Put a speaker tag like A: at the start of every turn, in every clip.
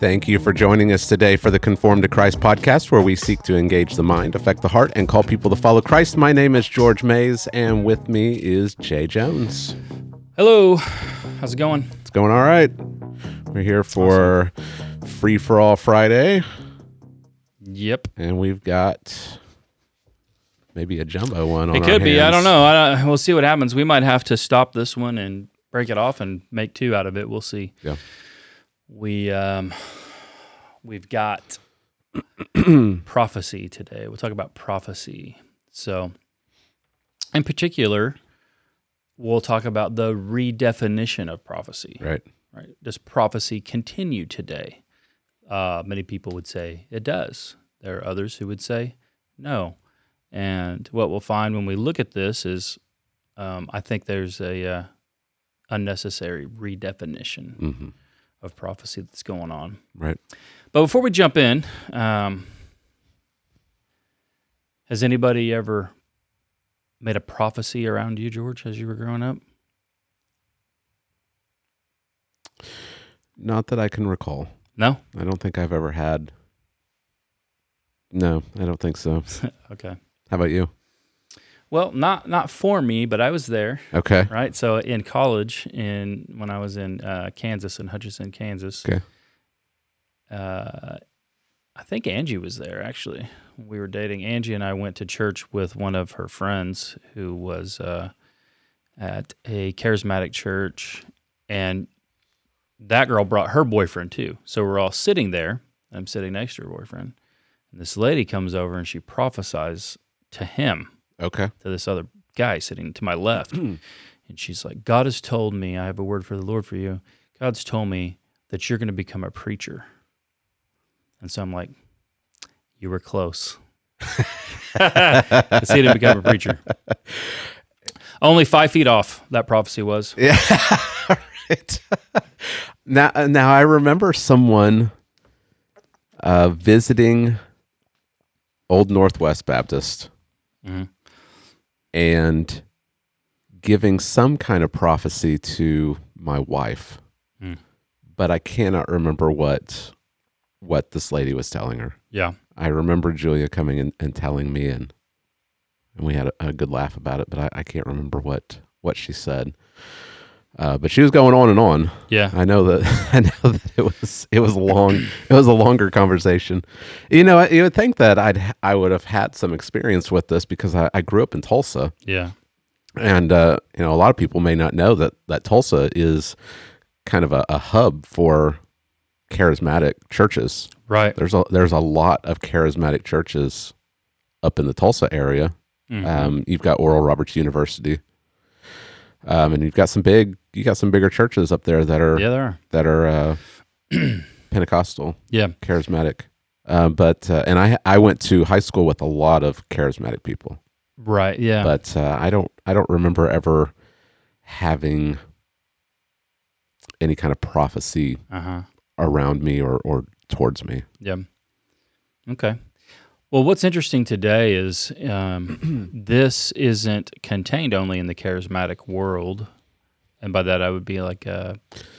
A: Thank you for joining us today for the Conform to Christ podcast, where we seek to engage the mind, affect the heart, and call people to follow Christ. My name is George Mays, and with me is Jay Jones.
B: Hello, how's it going?
A: It's going all right. We're here for Free for All Friday,
B: Yep,
A: and we've got maybe a jumbo one. On
B: it
A: our
B: could be. I
A: hands.
B: don't know. I don't, we'll see what happens. We might have to stop this one and break it off and make two out of it. We'll see.
A: Yeah.
B: We um, we've got prophecy today. We'll talk about prophecy. So, in particular, we'll talk about the redefinition of prophecy.
A: Right.
B: right? Does prophecy continue today? Uh, many people would say it does. There are others who would say no. And what we'll find when we look at this is, um, I think there's a uh, unnecessary redefinition
A: Mm-hmm.
B: of prophecy that's going on.
A: Right.
B: But before we jump in, um, has anybody ever made a prophecy around you, George, as you were growing up?
A: Not that I can recall.
B: No.
A: I don't think I've ever had. No, I don't think so.
B: Okay.
A: How about you?
B: Well, not not for me, but I was there.
A: Okay.
B: right? So in college, in when I was in uh, Kansas, in Hutchinson, Kansas,
A: Okay.
B: uh, I think Angie was there actually. We were dating. Angie and I went to church with one of her friends who was uh, at a charismatic church, and that girl brought her boyfriend too. So we're all sitting there. I'm sitting next to her boyfriend, and this lady comes over and she prophesies to him
A: Okay.
B: to this other guy sitting to my left.
A: Hmm.
B: and she's like, God has told me, I have a word for the Lord for you. God's told me that you're going to become a preacher. And so I'm like, You were close. 'Cause he didn't become a preacher. Only five feet off, that prophecy was.
A: Yeah. right. now, uh, now I remember someone uh, visiting Old Northwest Baptist
B: Mhm.
A: and giving some kind of prophecy to my wife,
B: Mm.
A: but I cannot remember what what this lady was telling her.
B: Yeah.
A: I remember Julia coming in and telling me, and and we had a, a good laugh about it. But I, I can't remember what what she said. Uh, but she was going on and on.
B: Yeah.
A: I know that I know that it was it was long it was a longer conversation. You know, you would think that I'd ha- I would have had some experience with this because I, I grew up in Tulsa,
B: Yeah.
A: and uh, you know a lot of people may not know that that Tulsa is kind of a, a hub for charismatic churches
B: Right.
A: there's a there's a lot of charismatic churches up in the Tulsa area.
B: Mhm.
A: Um, you've got Oral Roberts University, um, and you've got some big you got some bigger churches up there that are
B: Yeah, there are.
A: that are uh, Pentecostal,
B: Yeah.
A: charismatic. Um, but uh, and I I went to high school with a lot of charismatic people,
B: Right. Yeah.
A: but uh, I don't I don't remember ever having any kind of prophecy
B: Uh huh.
A: around me or or towards me.
B: Yeah. Okay. Well, what's interesting today is um, this isn't contained only in the charismatic world, and by that I would be like uh,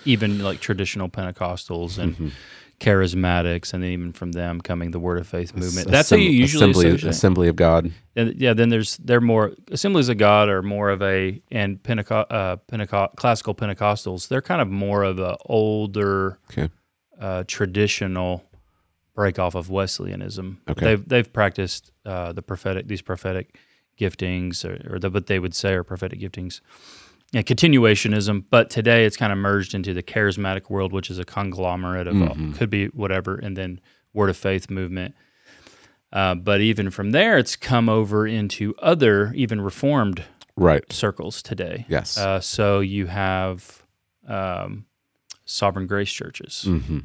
B: even like traditional Pentecostals and charismatics, and then even from them coming the Word of Faith movement. That's how you
A: Assemb-
B: usually
A: assembly,
B: associate.
A: assembly of God.
B: And, yeah. Then there's they're more assemblies of God are more of a and Penteco- uh, Penteco- classical Pentecostals. They're kind of more of a older
A: Okay.
B: uh, traditional break off of Wesleyanism.
A: Okay.
B: They've they've practiced uh, the prophetic these prophetic giftings or, or the, what they would say are prophetic giftings and continuationism. But today it's kind of merged into the charismatic world, which is a conglomerate of all-
A: Mm-hmm.
B: could be whatever, and then word of faith movement. Uh, but even from there, it's come over into other, even reformed
A: Right.
B: circles today.
A: Yes.
B: Uh, so you have um, sovereign grace churches.
A: mm-hmm.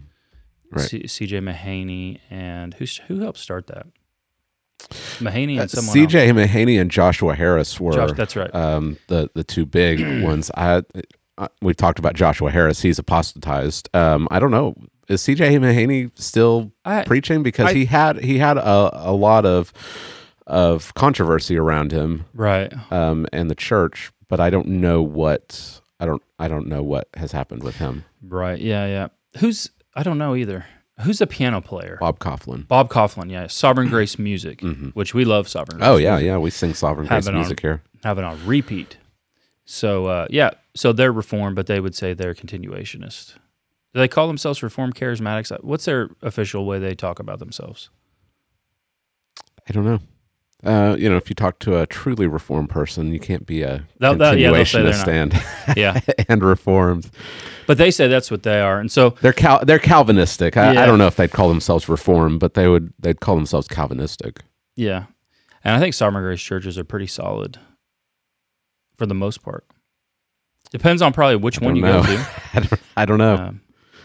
A: Right.
B: C- CJ Mahaney and who who helped start that? Mahaney and someone else.
A: CJ Uh, Mahaney and Joshua Harris were
B: Josh, that's right.
A: um, the the two big ones. I, I we've talked about Joshua Harris. He's apostatized. Um, I don't know. Is CJ Mahaney still
B: I-
A: preaching? Because
B: I-
A: he had he had a, a lot of of controversy around him
B: right.
A: um, and the church, but I don't know what I don't I don't know what has happened with him.
B: Right. Yeah. Yeah. Who's I don't know either. Who's the piano player?
A: Bob Coughlin.
B: Bob Coughlin, yeah, Sovereign Grace Music,
A: Mhm.
B: which we love Sovereign Grace.
A: Oh yeah, yeah. We sing Sovereign
B: Have
A: Grace
B: it on.
A: music here.
B: Have it on repeat. So, uh, yeah, so they're Reformed, but they would say they're continuationist. Do they call themselves Reformed Charismatics? What's their official way they talk about themselves?
A: I don't know. Uh, you know, if you talk to a truly reformed person, you can't be a
B: That- that- yeah, they'll say they're
A: continuationist and
B: Yeah.
A: and reformed.
B: but they say that's what they are. And so,
A: They're Cal- they're Calvinistic. I,
B: Yeah.
A: I don't know if they'd call themselves reformed, but they would they'd call themselves Calvinistic.
B: yeah. And I think Sovereign Grace churches are pretty solid for the most part. Depends on probably which one
A: don't
B: you
A: know.
B: go to.
A: I don't, I don't know.
B: Um,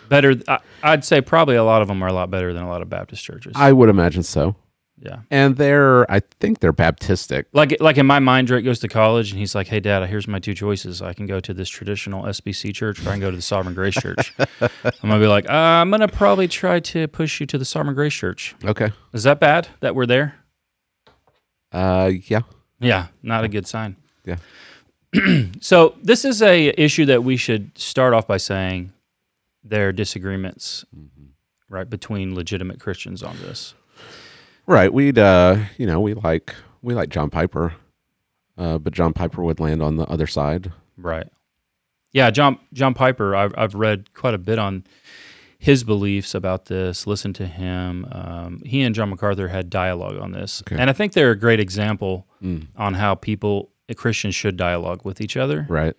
B: better, I, I'd say probably a lot of them are a lot better than a lot of Baptist churches.
A: I would imagine so.
B: yeah.
A: And they're I think they're Baptistic.
B: Like, like in my mind, Drake goes to college and he's like, "Hey, Dad, here's my two choices. I can go to this traditional SBC church, or I can go to the Sovereign Grace Church." I'm gonna be like, uh, "I'm gonna probably try to push you to the Sovereign Grace Church."
A: Okay.
B: Is that bad that we're there?
A: Uh, yeah.
B: Yeah, not a good sign.
A: Yeah.
B: so this is a issue that we should start off by saying there are disagreements,
A: Mm-hmm.
B: right, between legitimate Christians on this.
A: Right. We'd uh, you know, we like we like John Piper, uh, but John Piper would land on the other side.
B: Right. Yeah, John John Piper. I've I've read quite a bit on his beliefs about this. Listen to him. Um, he and John MacArthur had dialogue on this,
A: Okay.
B: and I think they're a great example
A: Mm.
B: on how people Christians should dialogue with each other
A: Right.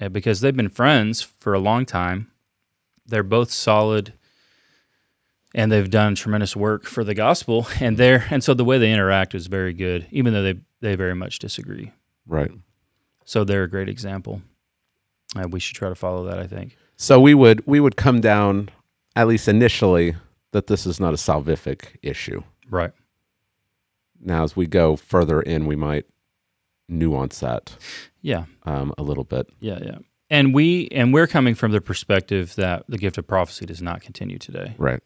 B: uh, because they've been friends for a long time. They're both solid, and they've done tremendous work for the gospel. And they're and so the way they interact is very good, even though they they very much disagree.
A: Right.
B: So they're a great example. Uh, we should try to follow that, I think.
A: So we would we would come down at least initially that this is not a salvific issue.
B: Right.
A: Now, as we go further in, we might nuance that
B: Yeah.
A: um, a little bit.
B: Yeah. Yeah. And we and we're coming from the perspective that the gift of prophecy does not continue today.
A: Right.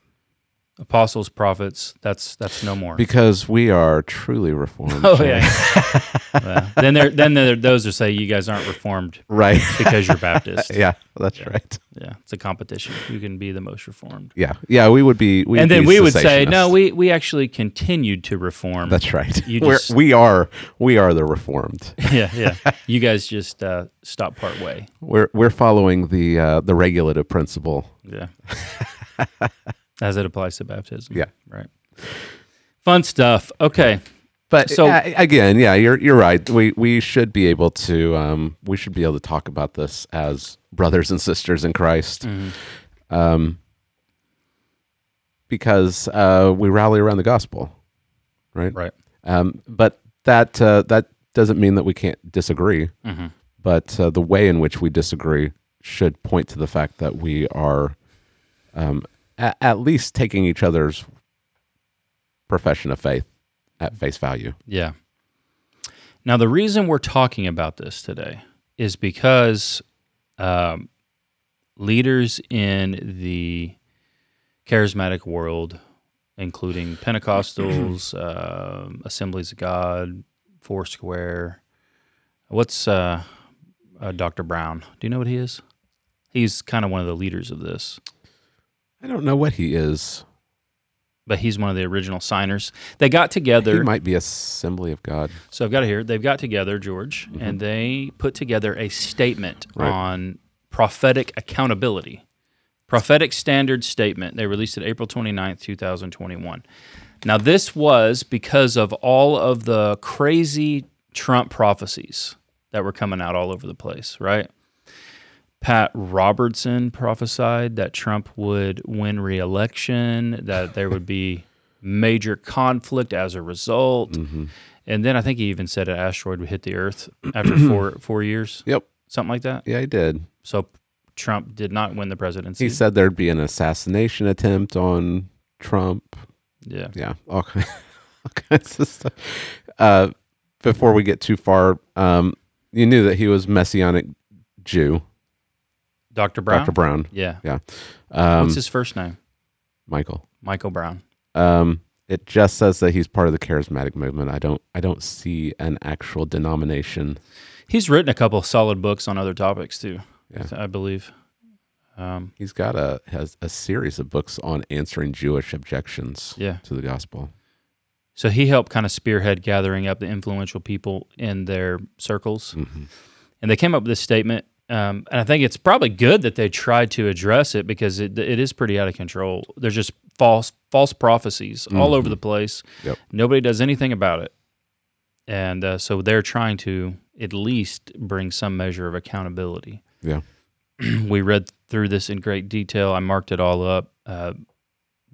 B: Apostles, prophets, that's that's no more.
A: Because we are truly reformed.
B: oh yeah. Yeah. Then there then there those who say you guys aren't reformed
A: Right.
B: because you're Baptist.
A: yeah, that's right.
B: Yeah. It's a competition. Who can be the most reformed?
A: Yeah. Yeah, we would be we
B: and then
A: be
B: we would say,
A: cessationists.
B: no, we we actually continued to reform.
A: That's right.
B: You
A: We're,
B: just-
A: we are we are the reformed.
B: yeah, yeah. You guys just uh, stopped part way.
A: We're we're following the uh, the regulative principle.
B: Yeah. As it applies to baptism.
A: Yeah.
B: Right. Fun stuff. Okay.
A: But
B: So-
A: so again, yeah, you're you're right. We we should be able to um, we should be able to talk about this as brothers and sisters in Christ, um, because uh, we rally around the gospel, right?
B: Right.
A: Um, but that uh, that doesn't mean that we can't disagree. But uh, the way in which we disagree should point to the fact that we are um, a- at least taking each other's profession of faith at face value.
B: Yeah. Now, the reason we're talking about this today is because um, leaders in the charismatic world, including Pentecostals, um, Assemblies of God, Foursquare, what's uh, uh, Dr. Brown? Do you know what he is? He's kind of one of the leaders of this.
A: I don't know what he is.
B: but he's one of the original signers. They got
A: He
B: together.
A: might be Assembly of God.
B: So I've got it here. They've got together, George, and they put together a statement
A: Right.
B: on prophetic accountability, prophetic standard statement. They released it April 29th, 2021. Now, this was because of all of the crazy Trump prophecies that were coming out all over the place, right? Pat Robertson prophesied that Trump would win re-election, that there would be major conflict as a result, and then I think he even said an asteroid would hit the Earth after four four years,
A: Yep.
B: something like that.
A: Yeah, he did.
B: So Trump did not win the presidency.
A: He said there'd be an assassination attempt on Trump.
B: yeah,
A: yeah, all, ki- all kinds of stuff. Uh, before we get too far, um, you knew that he was Messianic Jew,
B: Dr. Brown.
A: Dr. Brown,
B: Yeah.
A: um,
B: What's his first name?
A: Michael.
B: Michael Brown.
A: Um, it just says that he's part of the charismatic movement. I don't, I don't see an actual denomination.
B: He's written a couple solid books on other topics too.
A: Yeah.
B: I believe. Um,
A: He's got a has a series of books on answering Jewish objections
B: yeah.
A: to the gospel.
B: So he helped kind of spearhead gathering up the influential people in their circles.
A: Mhm.
B: And they came up with this statement. Um, and I think it's probably good that they tried to address it because it, it is pretty out of control. There's just false false prophecies all over the place.
A: Yep.
B: Nobody does anything about it. And uh, so they're trying to at least bring some measure of accountability
A: Yeah.
B: we read through this in great detail. I marked it all up. Uh,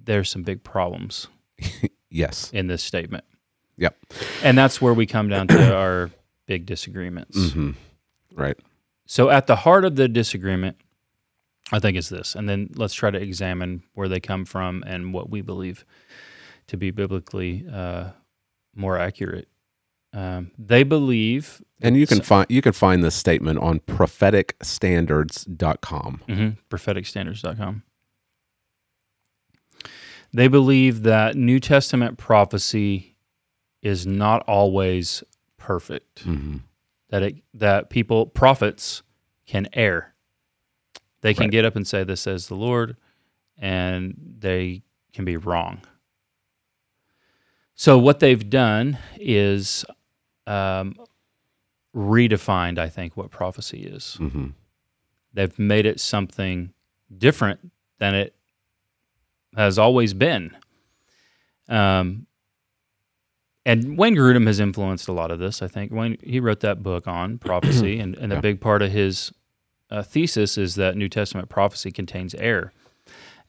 B: there's some big problems
A: Yes.
B: in this statement,
A: Yep.
B: and that's where we come down to our big disagreements.
A: hmm Right.
B: So, at the heart of the disagreement, I think is this, and then let's try to examine where they come from and what we believe to be biblically uh, more accurate. Um, they believe
A: And you can
B: So-
A: find you can find this statement on propheticstandards.com.
B: Mm-hmm. PropheticStandards.com. They believe that New Testament prophecy is not always perfect.
A: Mm-hmm.
B: That it that people prophets can err. They can
A: Right.
B: get up and say, "This says the Lord," and they can be wrong. So what they've done is um, redefined, I think, what prophecy is
A: Mm-hmm.
B: they've made it something different than it has always been. Um, and Wayne Grudem has influenced a lot of this. I think Wayne he wrote that book on prophecy, and, and a
A: Yeah.
B: big part of his uh, thesis is that New Testament prophecy contains error,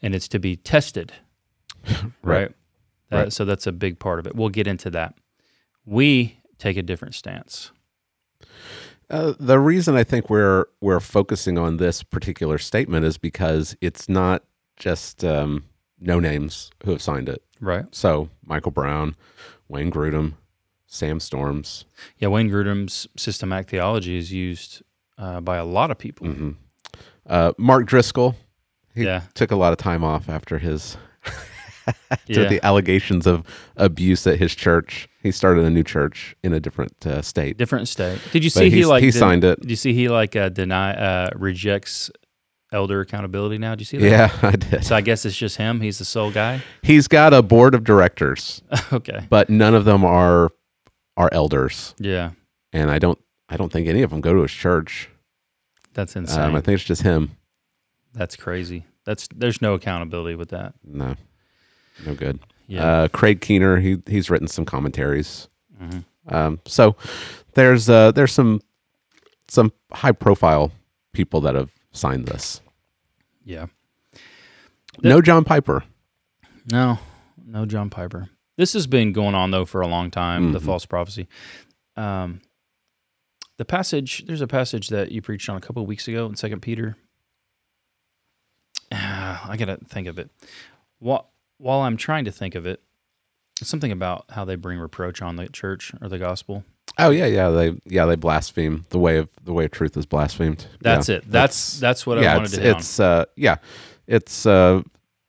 B: and it's to be tested.
A: Right.
B: That-
A: Right.
B: So that's a big part of it. We'll get into that. We take a different stance.
A: Uh, the reason I think we're we're focusing on this particular statement is because it's not just um, no names who have signed it.
B: Right.
A: So Michael Brown, Wayne Grudem, Sam Storms,
B: Yeah, Wayne Grudem's systematic theology is used uh, by a lot of people.
A: Mm-hmm. uh, Mark Driscoll. He
B: Yeah.
A: took a lot of time off after his to
B: Yeah.
A: the allegations of abuse at his church. He started a new church in a different uh, state.
B: Different state. Did you
A: But
B: see he
A: he's-
B: like
A: he
B: did-
A: signed it.
B: Did you see he like uh, deny uh, rejects elder accountability now? Did you see that?
A: Yeah, I did.
B: So I guess it's just him. He's the sole guy.
A: He's got a board of directors,
B: okay.
A: but none of them are are elders,
B: Yeah,
A: and I don't I don't think any of them go to his church.
B: that's insane.
A: Um, I think it's just him.
B: that's crazy. That's there's no accountability with that.
A: No, no good.
B: Yeah.
A: Uh, Craig Keener, he he's written some commentaries.
B: Mhm.
A: Um, so there's uh, there's some some high profile people that have signed this.
B: Yeah.
A: No John Piper.
B: No, no John Piper. This has been going on though for a long time. The
A: Mhm.
B: false prophecy. Um, the passage there's a passage that you preached on a couple of weeks ago in Second Peter. Ah, I gotta think of it. While while I'm trying to think of it, something about how they bring reproach on the church or the gospel.
A: Oh yeah, yeah they yeah they blaspheme. The way of the way of truth is blasphemed.
B: That's
A: Yeah.
B: it. That's that's what I
A: yeah,
B: wanted
A: it's,
B: to hit
A: it's uh yeah, it's uh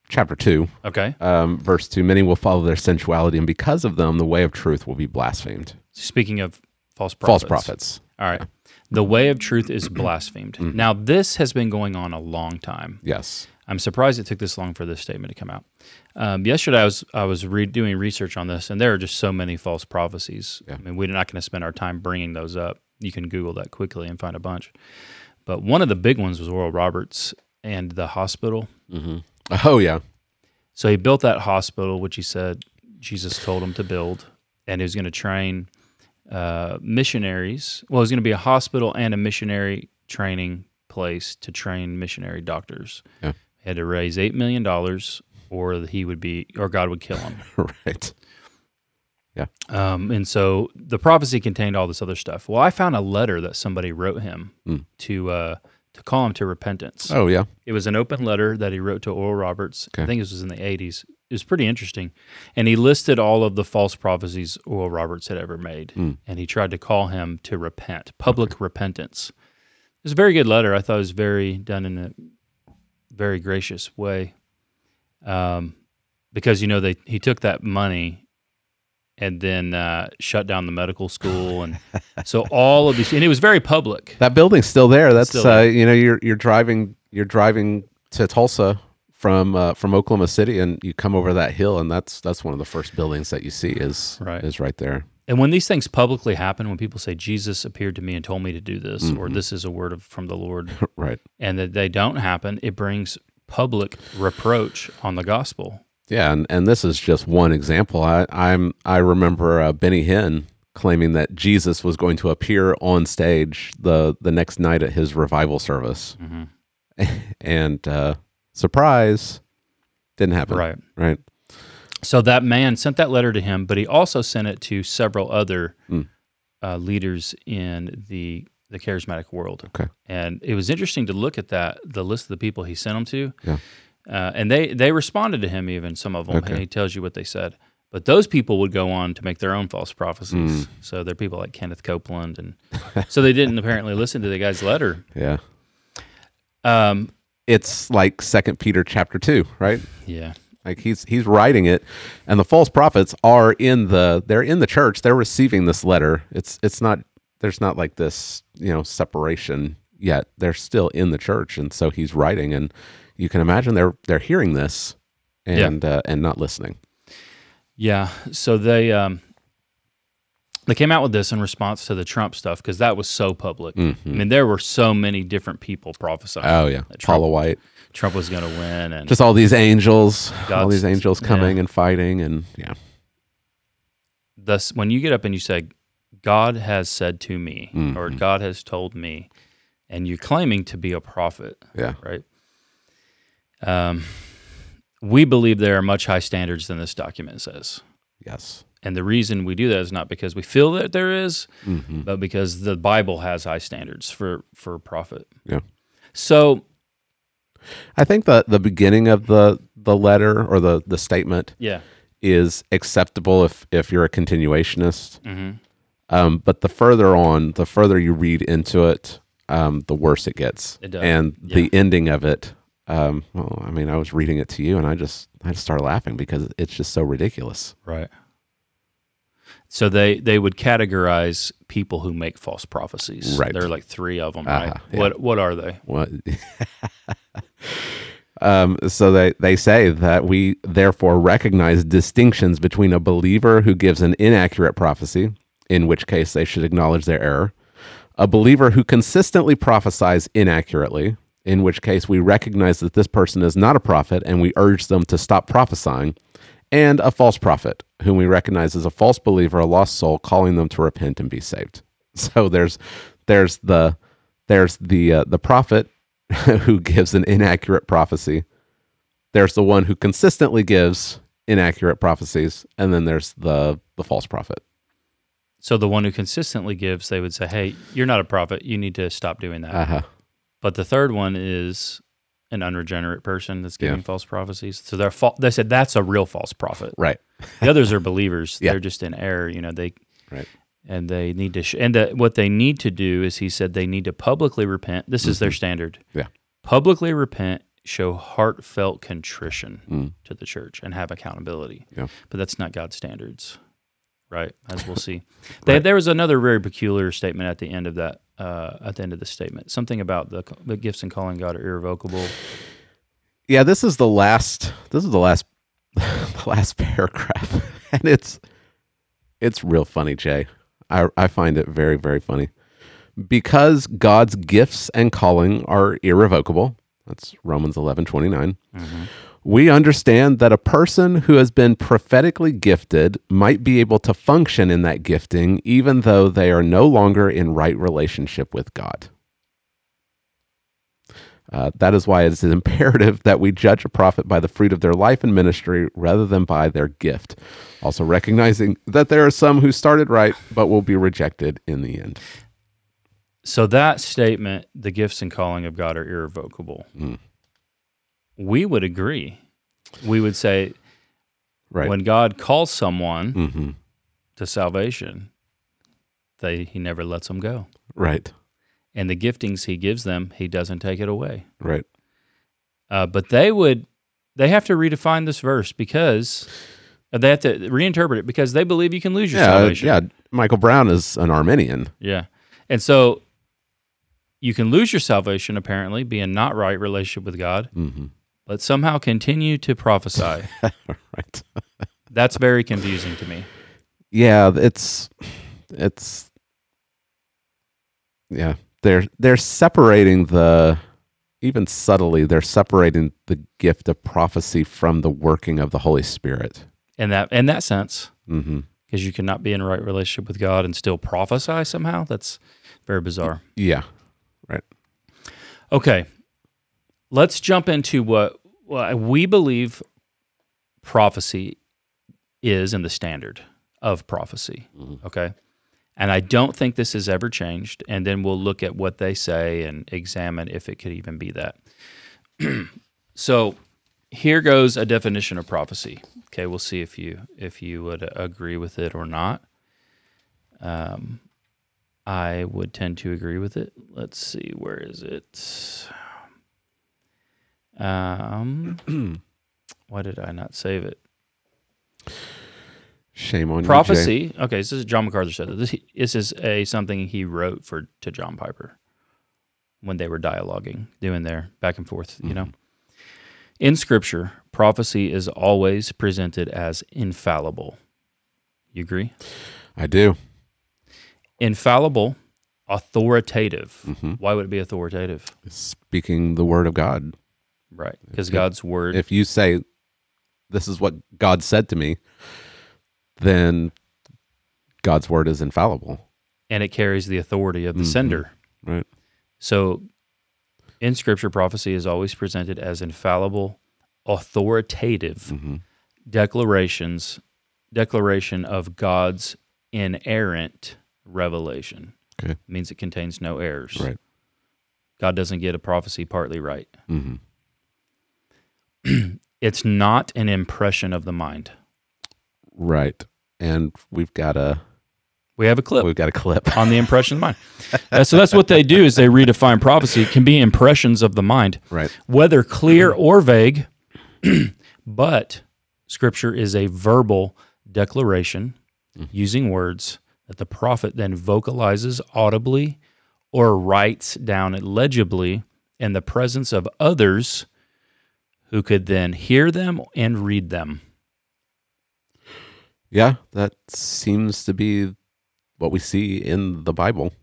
A: chapter two,
B: on. Okay.
A: um, verse two. Many will follow their sensuality, and because of them, the way of truth will be blasphemed.
B: Speaking of false
A: False
B: prophets.
A: prophets.
B: All right. The way of truth is blasphemed.
A: Mm.
B: Now this has been going on a long time.
A: Yes.
B: I'm surprised it took this long for this statement to come out. Um, yesterday, I was I was re- doing research on this, and there are just so many false prophecies. I mean, we're not going to spend our time bringing those up. You can Google that quickly and find a bunch. But one of the big ones was Oral Roberts and the hospital.
A: Oh yeah.
B: So he built that hospital, which he said Jesus told him to build, and he was going to train uh, missionaries. Well, it was going to be a hospital and a missionary training place to train missionary doctors.
A: Yeah.
B: He had to raise eight million dollars, or he would be, or God would kill him.
A: right.
B: Um, and so the prophecy contained all this other stuff. Well, I found a letter that somebody wrote him to uh, to call him to repentance.
A: Oh yeah.
B: It was an open letter that he wrote to Oral Roberts. I
A: Okay.
B: think this was in the 80s. It was pretty interesting. And he listed all of the false prophecies Oral Roberts had ever made. And he tried to call him to repent, public repentance. It was a very good letter. I thought it was very done in a very gracious way. Um, because, you know, they he took that money and then uh, shut down the medical school. And so all of these, and it was very public.
A: That building's still there. That's
B: Still
A: Uh, you know you're you're driving you're driving to Tulsa from uh, from Oklahoma City, and you come over that hill, and that's that's one of the first buildings that you see is
B: Right.
A: is right there.
B: And when these things publicly happen, when people say Jesus appeared to me and told me to do this, or this is a word of, from the Lord,
A: Right.
B: and that they don't happen, it brings public reproach on the gospel.
A: Yeah, and, and this is just one example. I I'm I remember uh, Benny Hinn claiming that Jesus was going to appear on stage the the next night at his revival service, and uh, surprise, didn't happen.
B: Right.
A: Right.
B: So that man sent that letter to him, but he also sent it to several other
A: Hmm.
B: uh, leaders in the the charismatic world.
A: Okay.
B: And it was interesting to look at that the list of the people he sent them to.
A: Yeah.
B: Uh, and they they responded to him even some of them, and
A: Okay.
B: he tells you what they said. But those people would go on to make their own false prophecies.
A: Hmm.
B: So they're people like Kenneth Copeland, and so they didn't apparently listen to the guy's letter.
A: Yeah.
B: Um,
A: It's like Second Peter chapter two, right?
B: yeah,
A: Like he's he's writing it, and the false prophets are in the they're in the church. They're receiving this letter. It's it's not there's not like this you know separation yet. They're still in the church, and so he's writing, and you can imagine they're they're hearing this and uh, and not listening.
B: Yeah. So they um, they came out with this in response to the Trump stuff because that was so public. I mean, there were so many different people prophesying
A: Mm-hmm. Oh yeah, Paula White,
B: Trump was going to win, and
A: just all these angels, all
B: God's-
A: these angels
B: yeah.
A: coming and fighting, and yeah,
B: thus when you get up and you say, "God has said to me," or
A: Mm-hmm.
B: "God has told me," and you're claiming to be a prophet,
A: yeah,
B: right? Um, we believe there are much high standards than this document says.
A: yes,
B: And the reason we do that is not because we feel that there is,
A: Mm-hmm.
B: but because the Bible has high standards for for profit.
A: yeah.
B: So
A: I think the the beginning of the the letter or the the statement
B: yeah,
A: is acceptable if if you're a continuationist.
B: Mhm.
A: Um, but the further on, the further you read into it, um, the worse it gets.
B: It does,
A: And the ending of it, um, well, I mean, I was reading it to you, and I just I just started laughing because it's just so ridiculous.
B: right. So they they would categorize people who make false prophecies.
A: Right.
B: There are like three of them. right.
A: Uh-huh, yeah.
B: What what are they?
A: What? um, so they, they say that we therefore recognize distinctions between a believer who gives an inaccurate prophecy, in which case they should acknowledge their error, a believer who consistently prophesies inaccurately, in which case we recognize that this person is not a prophet and we urge them to stop prophesying, and a false prophet, whom we recognize as a false believer, a lost soul, calling them to repent and be saved. So there's there's the there's the uh, the prophet who gives an inaccurate prophecy. There's the one who consistently gives inaccurate prophecies, and then there's the the false prophet.
B: So the one who consistently gives, they would say, "Hey, you're not a prophet. You need to stop doing that."
A: Uh huh.
B: But the third one is an unregenerate person that's giving
A: Yeah.
B: false prophecies. So they're fa- they said that's a real false prophet.
A: Right.
B: the others are believers
A: Yeah.
B: they're just in error you know they
A: Right.
B: and they need to sh- and the, what they need to do is he said they need to publicly repent this is their standard
A: Mm-hmm. Yeah.
B: publicly repent show heartfelt contrition
A: Mm.
B: to the church and have accountability
A: Yeah.
B: but that's not god's standards right as we'll see they, there was another very peculiar statement at the end of that uh, at the end of the statement something about the, the gifts and calling god are irrevocable
A: Yeah. This is the last. This is the last. the last paragraph, and it's it's real funny, Jay. I I find it very very funny because God's gifts and calling are irrevocable. That's Romans eleven twenty nine. We understand that a person who has been prophetically gifted might be able to function in that gifting even though they are no longer in right relationship with God. Uh, that is why it is imperative that we judge a prophet by the fruit of their life and ministry rather than by their gift. Also, recognizing that there are some who started right but will be rejected in the end.
B: So that statement, the gifts and calling of God are irrevocable.
A: Hmm.
B: We would agree. We would say
A: Right.
B: when God calls someone
A: hmm
B: to salvation, they he never lets them go.
A: Right.
B: And the giftings he gives them, he doesn't take it away.
A: Right.
B: Uh, but they would they have to redefine this verse because uh, they have to reinterpret it because they believe you can lose your
A: Yeah.
B: salvation.
A: Yeah. Michael Brown is an Arminian.
B: Yeah. And so you can lose your salvation apparently, be in not right relationship with God,
A: hmm
B: but somehow continue to prophesy.
A: right.
B: That's very confusing to me.
A: Yeah, it's it's yeah. They're they're separating the even subtly they're separating the gift of prophecy from the working of the Holy Spirit.
B: In that in that sense,
A: hmm
B: because you cannot be in right relationship with God and still prophesy somehow. That's very bizarre.
A: Yeah.
B: Okay, let's jump into what, what we believe prophecy is and the standard of prophecy.
A: Mhm.
B: Okay, and I don't think this has ever changed. And then we'll look at what they say and examine if it could even be that. so here goes a definition of prophecy. Okay, we'll see if you if you would agree with it or not. Um, I would tend to agree with it. Let's see, where is it? Um, why did I not save it?
A: Shame on you. Jay.
B: Prophecy. Okay, this is John MacArthur said that this, this is a something he wrote for to John Piper when they were dialoguing, doing their back and forth. You know, in Scripture, prophecy is always presented as infallible. You agree?
A: I do.
B: Infallible, authoritative.
A: Mhm.
B: Why would it be authoritative?
A: Speaking the word of God.
B: Right, because
A: If-
B: God's word.
A: If you say this is what God said to me, then God's word is infallible.
B: and it carries the authority of the
A: Mhm.
B: sender.
A: Right.
B: So in scripture, prophecy is always presented as infallible, authoritative
A: Mm-hmm.
B: declarations, declaration of God's inerrant revelation.
A: Okay.
B: means it contains no errors.
A: Right.
B: God doesn't get a prophecy partly right.
A: Mm-hmm.
B: It's not an impression of the mind.
A: Right. And we've got a
B: We have a clip.
A: we've got a clip.
B: on the impression of the mind. Uh, so that's what they do is they redefine prophecy. It can be impressions of the mind,
A: Right.
B: whether clear or vague. but scripture is a verbal declaration using words that the prophet then vocalizes audibly or writes down legibly in the presence of others who could then hear them and read them.
A: Yeah, that seems to be what we see in the Bible.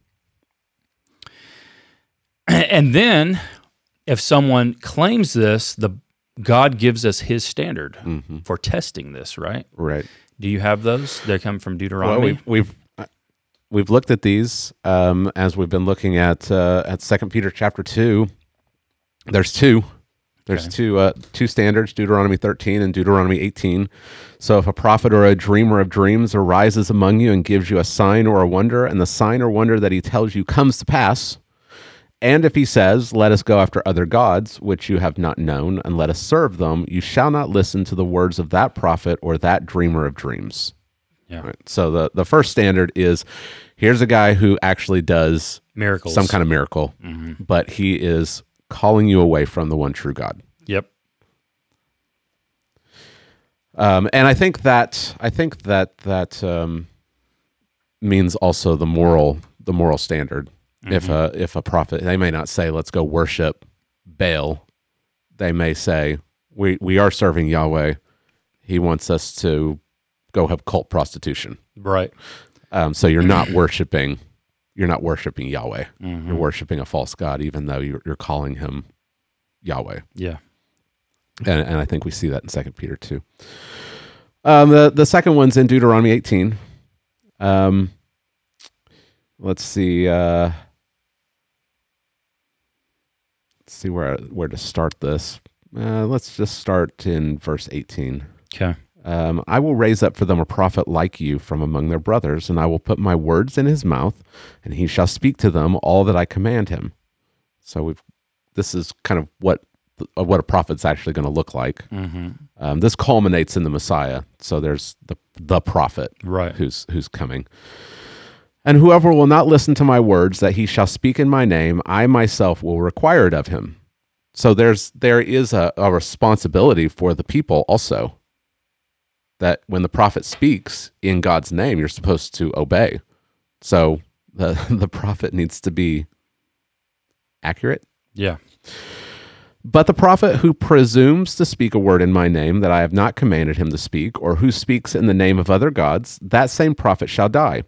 B: and then if someone claims this the god gives us his standard
A: Mhm.
B: for testing this right
A: Right.
B: do you have those they come from
A: Well,
B: deuteronomy
A: we've we've we've looked at these um, as we've been looking at uh, at Second Peter chapter two. There's two. There's
B: Okay.
A: two uh, two standards: Deuteronomy 13 and Deuteronomy 18. So, if a prophet or a dreamer of dreams arises among you and gives you a sign or a wonder, and the sign or wonder that he tells you comes to pass, and if he says, "Let us go after other gods which you have not known, and let us serve them," you shall not listen to the words of that prophet or that dreamer of dreams.
B: yeah
A: Right. So the the first standard is here's a guy who actually does
B: miracles
A: some kind of miracle, but he is calling you away from the one true God.
B: yep
A: Um, and I think that I think that that um, means also the moral the moral standard. If a if a prophet, they may not say, "Let's go worship Baal." They may say, "We we are serving Yahweh. He wants us to go have cult prostitution."
B: right
A: Um, so you're not worshiping, you're not worshiping Yahweh. You're worshiping a false god, even though you're, you're calling him Yahweh.
B: yeah
A: And, and I think we see that in Second Peter too. Um, the the second one's in Deuteronomy 18. Um, let's see. Uh, let's see where where to start this. Uh, let's just start in verse 18.
B: okay
A: Um, I will raise up for them a prophet like you from among their brothers, and I will put my words in his mouth, and he shall speak to them all that I command him. So we've this is kind of what uh, what a prophet's actually going to look like.
B: hmm
A: Um, this culminates in the Messiah. So there's the the prophet
B: right
A: who's who's coming. And whoever will not listen to my words that he shall speak in my name, I myself will require it of him. So there's there is a, a responsibility for the people also. That when the prophet speaks in God's name, you're supposed to obey. So the the prophet needs to be accurate.
B: Yeah.
A: But the prophet who presumes to speak a word in my name that I have not commanded him to speak, or who speaks in the name of other gods, that same prophet shall die.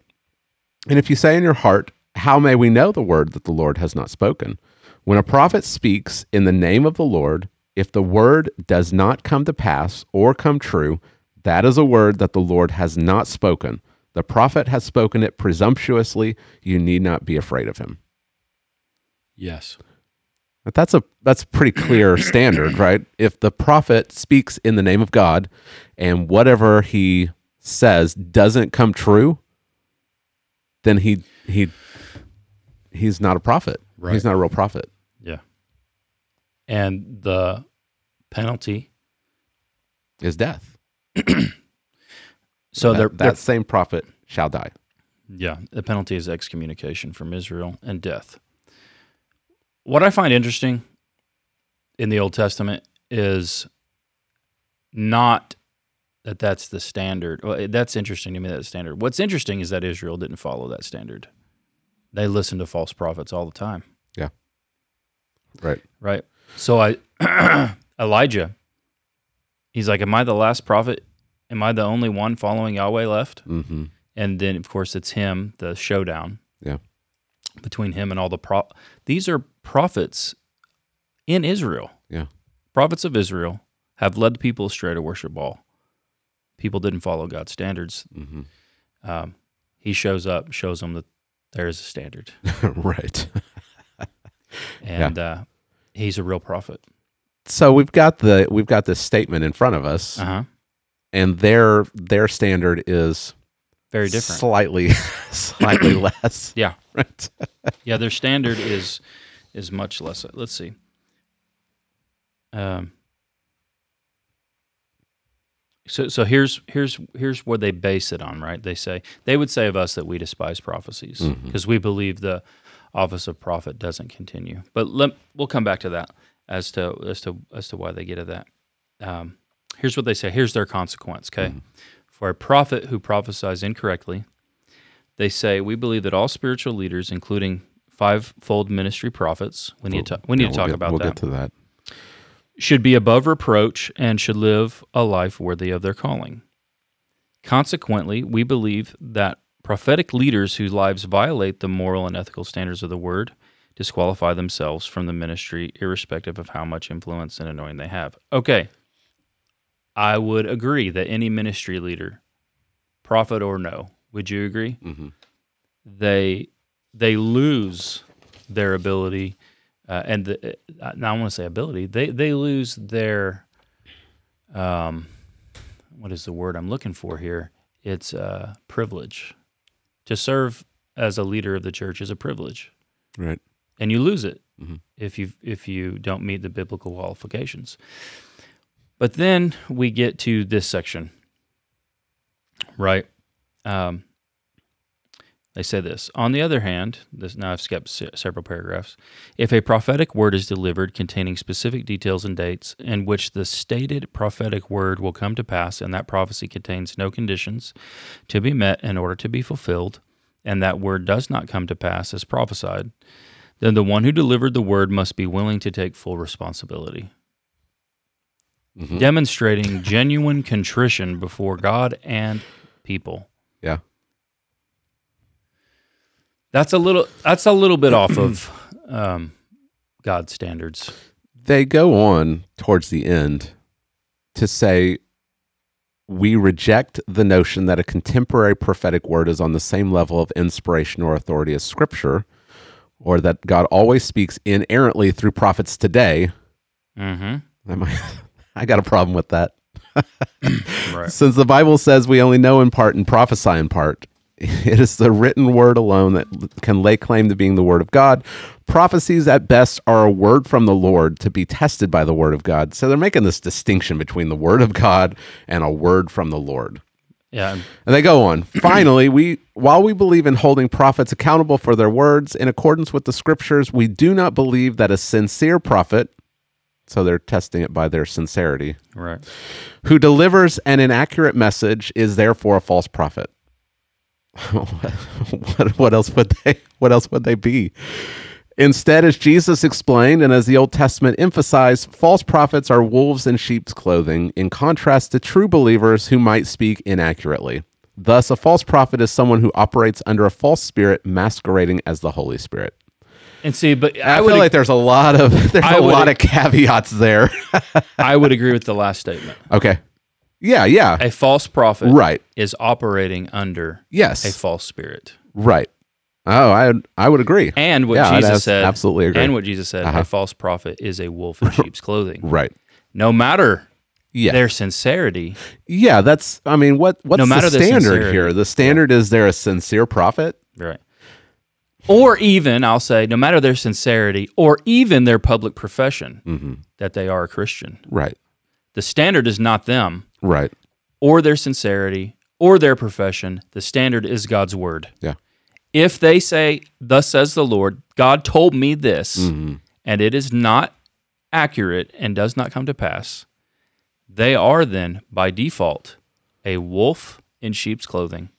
A: And if you say in your heart, How may we know the word that the Lord has not spoken? When a prophet speaks in the name of the Lord, if the word does not come to pass or come true, that is a word that the Lord has not spoken. The prophet has spoken it presumptuously. You need not be afraid of him.
B: Yes.
A: But that's a that's pretty clear standard, right? If the prophet speaks in the name of God and whatever he says doesn't come true, then he he he's not a prophet.
B: Right.
A: He's not a real prophet.
B: Yeah. And the penalty.
A: Is death.
B: So
A: that,
B: they're,
A: that same prophet shall die.
B: Yeah, the penalty is excommunication from Israel and death. What I find interesting in the Old Testament is not that that's the standard. Well, that's interesting to me, that standard. What's interesting is that Israel didn't follow that standard. They listened to false prophets all the time,
A: Right.
B: right? So I Elijah, he's like, Am I the last prophet? Am I the only one following Yahweh left?
A: Mm-hmm.
B: and then of course it's him the showdown
A: Yeah.
B: between him and all the pro these are prophets in israel
A: Yeah.
B: prophets of israel have led the people astray to worship baal people didn't follow god's standards
A: Mhm.
B: um, he shows up shows them that there is a standard
A: right.
B: and uh, he's a real prophet
A: So we've got the we've got this statement in front of us,
B: uh-huh
A: and their their standard is
B: very different
A: slightly slightly less.
B: yeah
A: Right.
B: yeah their standard is is much less let's see um so so here's here's here's where they base it on right they say they would say of us that we despise prophecies
A: Mm-hmm.
B: because we believe the office of prophet doesn't continue but let we'll come back to that as to as to as to why they get at that um, here's what they say here's their consequence okay
A: Mm-hmm.
B: for a prophet who prophesies incorrectly they say we believe that all spiritual leaders, including five-fold ministry prophets, we need to we
A: Yeah,
B: need to
A: we'll
B: talk
A: get-
B: about
A: We'll
B: that,
A: get to that.
B: should be above reproach and should live a life worthy of their calling. Consequently, we believe that prophetic leaders whose lives violate the moral and ethical standards of the word disqualify themselves from the ministry, irrespective of how much influence and anointing they have. Okay, I would agree that any ministry leader, prophet or no, would you agree? they they lose their ability uh, and the, uh, now I want to say ability they they lose their um what is the word I'm looking for here it's uh privilege to serve as a leader of the church is a privilege
A: Right.
B: and you lose it
A: Mhm.
B: if you if you don't meet the biblical qualifications. But then we get to this section, right? Um, they say this. On the other hand, this now I've skipped se- several paragraphs. If a prophetic word is delivered containing specific details and dates in which the stated prophetic word will come to pass, and that prophecy contains no conditions to be met in order to be fulfilled, and that word does not come to pass as prophesied, then the one who delivered the word must be willing to take full responsibility, Mm-hmm.
A: Mhm.
B: demonstrating genuine contrition before God and people.
A: Yeah.
B: That's a little. That's a little bit off of um, God's standards.
A: They go on towards the end to say, we reject the notion that a contemporary prophetic word is on the same level of inspiration or authority as scripture, or that God always speaks inerrantly through prophets today.
B: Mm-hmm.
A: I might- I got a problem with that.
B: Right.
A: Since the Bible says we only know in part and prophesy in part, it is the written word alone that l- can lay claim to being the word of God. Prophecies at best are a word from the Lord to be tested by the word of God. So they're making this distinction between the word of God and a word from the Lord.
B: Yeah. and-
A: And they go on. Finally, we while we believe in holding prophets accountable for their words in accordance with the scriptures, we do not believe that a sincere prophet, so they're testing it by their sincerity,
B: Right.
A: who delivers an inaccurate message is therefore a false prophet. what, what else would they what else would they be? Instead, as Jesus explained and as the Old Testament emphasized, false prophets are wolves in sheep's clothing, in contrast to true believers who might speak inaccurately. Thus, a false prophet is someone who operates under a false spirit masquerading as the Holy Spirit.
B: And see, but I,
A: I,
B: would
A: feel like there's a lot of there's
B: I
A: a
B: would-
A: lot of caveats there.
B: I would agree with the last statement.
A: okay. Yeah, yeah.
B: A false prophet
A: right.
B: is operating under
A: Yes.
B: a false spirit.
A: right. Oh, I I would agree.
B: And what
A: Yeah, I'd
B: Jesus
A: abs-
B: said
A: absolutely agree.
B: And what Jesus said, a false prophet is a wolf in sheep's clothing.
A: right.
B: No matter
A: Yeah.
B: their sincerity,
A: yeah, that's I mean, what what's
B: No
A: the
B: matter the
A: standard
B: sincerity.
A: here? The standard is there a sincere prophet?
B: right. Or even, I'll say, no matter their sincerity or even their public profession that they are a Christian,
A: Right.
B: the standard is not them
A: Right.
B: or their sincerity or their profession. The standard is God's word.
A: Yeah.
B: If they say, Thus says the Lord, God told me this, and it is not accurate and does not come to pass, they are then, by default, a wolf in sheep's clothing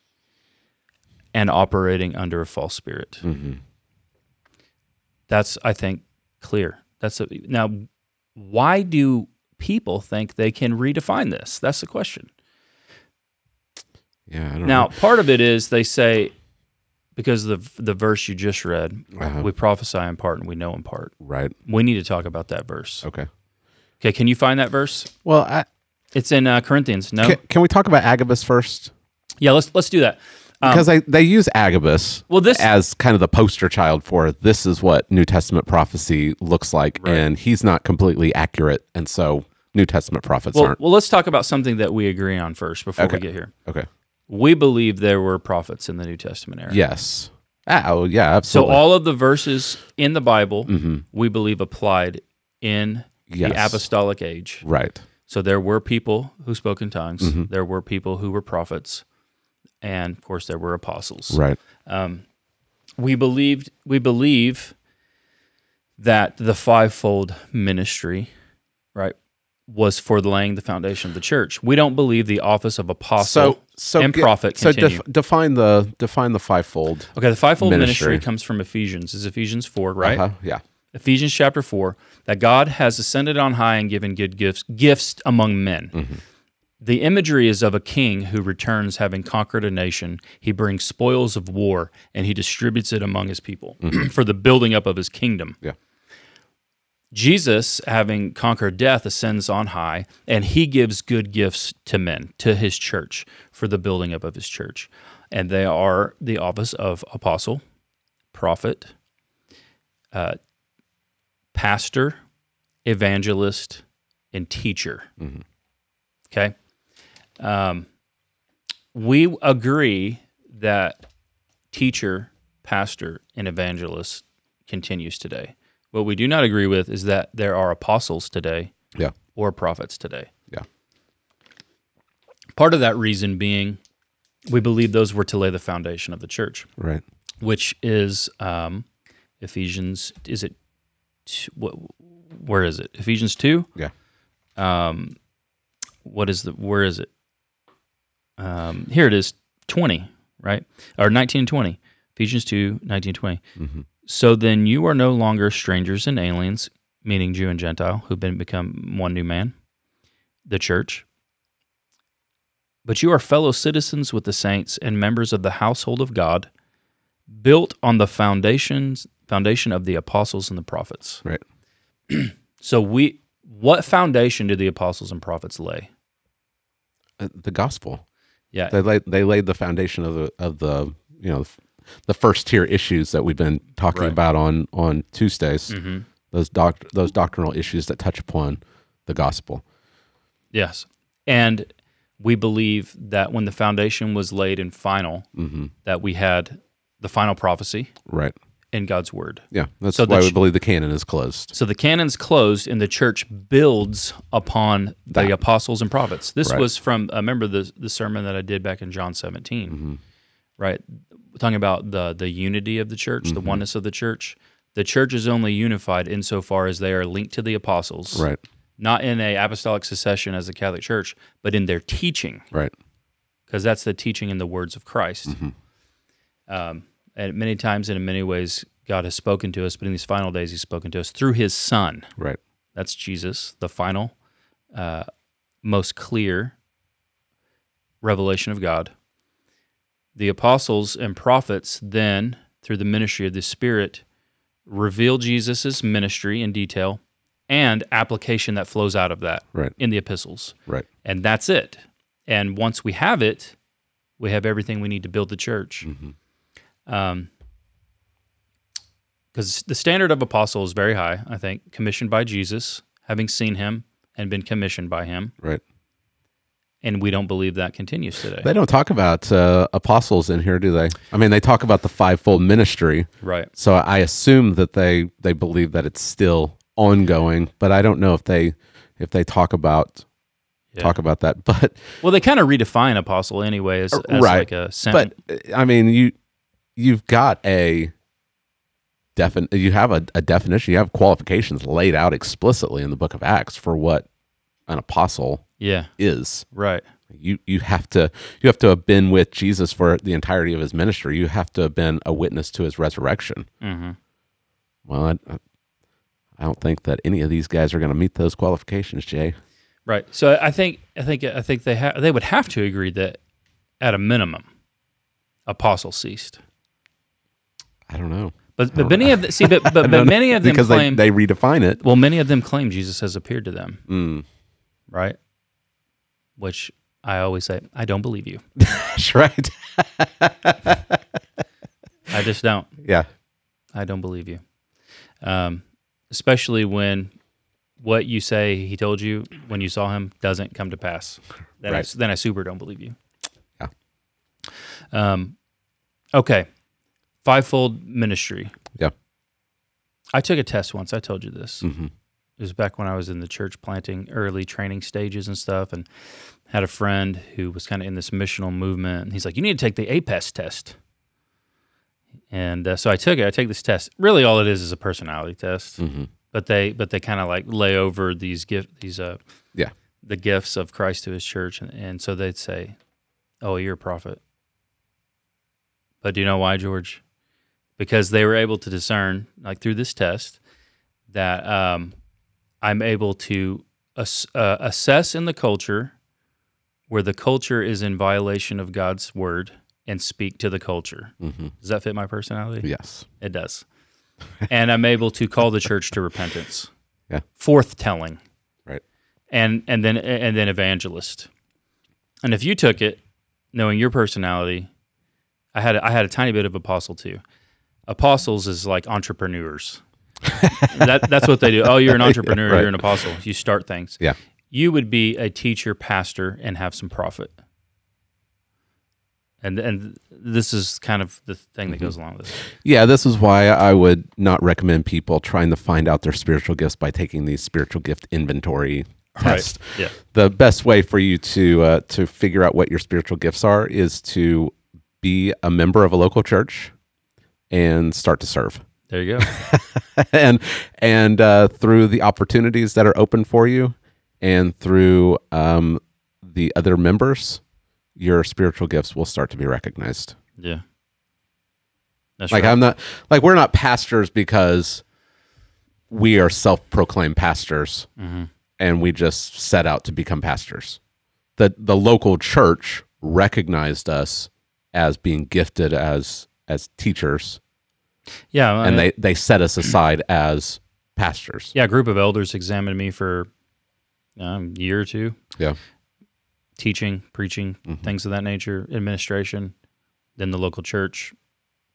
B: and operating under a false spirit. That's, I think, clear. That's a, now, why do people think they can redefine this? That's the question.
A: Yeah, I don't
B: Now, part of it is they say because of the the verse you just read,
A: Uh-huh.
B: we prophesy in part and we know in part.
A: Right.
B: We need to talk about that verse.
A: Okay.
B: Okay, can you find that verse?
A: Well, I,
B: It's in uh, Corinthians. No,
A: can, can we talk about Agabus first?
B: yeah, let's let's do that. Um,
A: Because I, they use Agabus
B: well, this
A: as kind of the poster child for this is what New Testament prophecy looks like, and he's not completely accurate, and so New Testament prophets
B: well,
A: aren't.
B: well, let's talk about something that we agree on first before we
A: Okay.
B: get here.
A: Okay.
B: We believe there were prophets in the New Testament era.
A: Yes. Ah, Oh, yeah,
B: So
A: absolutely.
B: all of the verses in the Bible we believe applied in the
A: Mm-hmm. Yes.
B: apostolic age.
A: right.
B: So there were people who spoke in tongues.
A: Mm-hmm.
B: There were people who were prophets, and of course there were apostles.
A: Right.
B: We believed we believe that the fivefold ministry, right, was for laying the foundation of the church. We don't believe the office of apostle
A: So, so
B: and
A: get-
B: prophet
A: So
B: continue.
A: def- define the define the fivefold.
B: okay, the fivefold ministry.
A: Ministry.
B: comes from Ephesians. Is Ephesians four right?
A: Uh-huh. Yeah.
B: Ephesians chapter 4, that God has ascended on high and given good gifts, gifts among men. The imagery is of a king who returns having conquered a nation. He brings spoils of war and he distributes it among his people for the building up of his kingdom.
A: Yeah.
B: Jesus, having conquered death, ascends on high and he gives good gifts to men, to his church, for the building up of his church. And they are the office of apostle, prophet, pastor, evangelist, and teacher. Okay. Um, we agree that teacher, pastor, and evangelist continues today. What we do not agree with is that there are apostles today
A: Yeah.
B: or prophets today.
A: Yeah.
B: Part of that reason being we believe those were to lay the foundation of the church
A: Right.
B: which is um, Ephesians. Is it t- what? Where is it? Ephesians two.
A: Yeah.
B: Um, what is the? Where is it? Um, here it is. Twenty, right? Or nineteen and twenty. Ephesians 2, 19 and 20. So then you are no longer strangers and aliens, meaning Jew and Gentile, who've been become one new man, the church. But you are fellow citizens with the saints and members of the household of God, built on the foundations foundation of the apostles and the prophets.
A: Right.
B: So we what foundation did the apostles and prophets lay?
A: Uh, the gospel.
B: Yeah.
A: They laid they laid the foundation of the of the you know the first tier issues that we've been talking
B: Right. Mm-hmm.
A: about on on Tuesdays. Those doc those doctrinal issues that touch upon the gospel.
B: yes. And we believe that when the foundation was laid and final,
A: Mm-hmm.
B: that we had the final prophecy
A: Right.
B: in God's word.
A: Yeah. That's
B: So the
A: why we
B: ch-
A: believe the canon is closed.
B: So the canon's closed, and the church builds upon the apostles and prophets. This
A: Right.
B: was from I remember the the sermon that I did back in John 17
A: Mm-hmm.
B: right? Talking about the the unity of the church,
A: Mm-hmm.
B: the oneness of the church. The church is only unified insofar as they are linked to the apostles,
A: Right.
B: Not in a apostolic succession as the Catholic Church, but in their teaching
A: Right.
B: because that's the teaching in the words of Christ. Um, and many times and in many ways, God has spoken to us, but in these final days, He's spoken to us through His Son.
A: Right.
B: That's Jesus, the final, uh, most clear revelation of God. The apostles and prophets then, through the ministry of the Spirit, reveal Jesus' ministry in detail and application that flows out of that
A: Right.
B: in the epistles.
A: Right.
B: And that's it. And once we have it, we have everything we need to build the church.
A: Mm-hmm.
B: Um, because the standard of apostle is very high, I think, commissioned by Jesus, having seen him and been commissioned by him.
A: Right.
B: And we don't believe that continues today.
A: They don't talk about uh, apostles in here, do they? I mean, they talk about the fivefold ministry.
B: right.
A: So I assume that they they believe that it's still ongoing, but I don't know if they if they talk about
B: Yeah.
A: talk about that. But
B: Well, they kind of redefine apostle anyway as, as
A: right.
B: like a sentence.
A: but uh, I mean, you you've got a defin you have a, a definition, you have qualifications laid out explicitly in the book of Acts for what an apostle
B: yeah.
A: is.
B: Right.
A: You you have to you have to have been with Jesus for the entirety of his ministry. You have to have been a witness to his resurrection.
B: hmm
A: Well, I, I don't think that any of these guys are going to meet those qualifications, Jay.
B: Right. So I think I think I think they ha- they would have to agree that at a minimum, apostle ceased.
A: I don't know
B: But but many of the, see but but, but many of them
A: because
B: claim
A: they, they redefine it.
B: well many of them claim Jesus has appeared to them.
A: Mm.
B: right? Which I always say, I don't believe you.
A: That's right.
B: I just don't.
A: Yeah.
B: I don't believe you. Um, especially when what you say he told you when you saw him doesn't come to pass. Then,
A: Right.
B: I, then I super don't believe you.
A: Yeah.
B: Um, okay. Fivefold ministry.
A: Yeah.
B: I took a test once. I told you this.
A: hmm
B: it was back when I was in the church planting early training stages and stuff, and had a friend who was kind of in this missional movement. And he's like, "You need to take the APES test." And uh, so I took it. I take this test. Really, all it is is a personality test,
A: Mhm.
B: but they but they kind of like lay over these gift these uh
A: Yeah.
B: the gifts of Christ to His church, and, and so they'd say, "Oh, you're a prophet." But do you know why, George? Because they were able to discern, like through this test, that um, I'm able to ass- uh, assess in the culture where the culture is in violation of God's word and speak to the culture.
A: hmm
B: Does that fit my personality?
A: Yes.
B: It does. and I'm able to call the church to repentance.
A: Yeah.
B: Forth telling.
A: Right.
B: And and then and then evangelist. And if you took it, knowing your personality, I had a, I had a tiny bit of apostle too. Apostles is like entrepreneurs. that, that's what they do. Oh, you're an entrepreneur.
A: right.
B: You're an apostle. You start things.
A: Yeah.
B: You would be a teacher, pastor, and have some profit. And and this is kind of the thing
A: Mm-hmm.
B: that goes along with this.
A: Yeah, this is why I would not recommend people trying to find out their spiritual gifts by taking these spiritual gift inventory tests.
B: Yeah.
A: The best way for you to uh, to figure out what your spiritual gifts are is to be a member of a local church and start to serve.
B: There you go.
A: and and uh, through the opportunities that are open for you, and through um, the other members, your spiritual gifts will start to be recognized.
B: Yeah. That's
A: Like
B: right.
A: I'm not like we're not pastors because we are self-proclaimed pastors, and we just set out to become pastors. the The local church recognized us as being gifted as as teachers,
B: yeah. I
A: and
B: mean,
A: they they set us aside as pastors.
B: yeah, a group of elders examined me for um, a year or two,
A: Yeah.
B: teaching, preaching,
A: Mm-hmm.
B: things of that nature, administration. Then the local church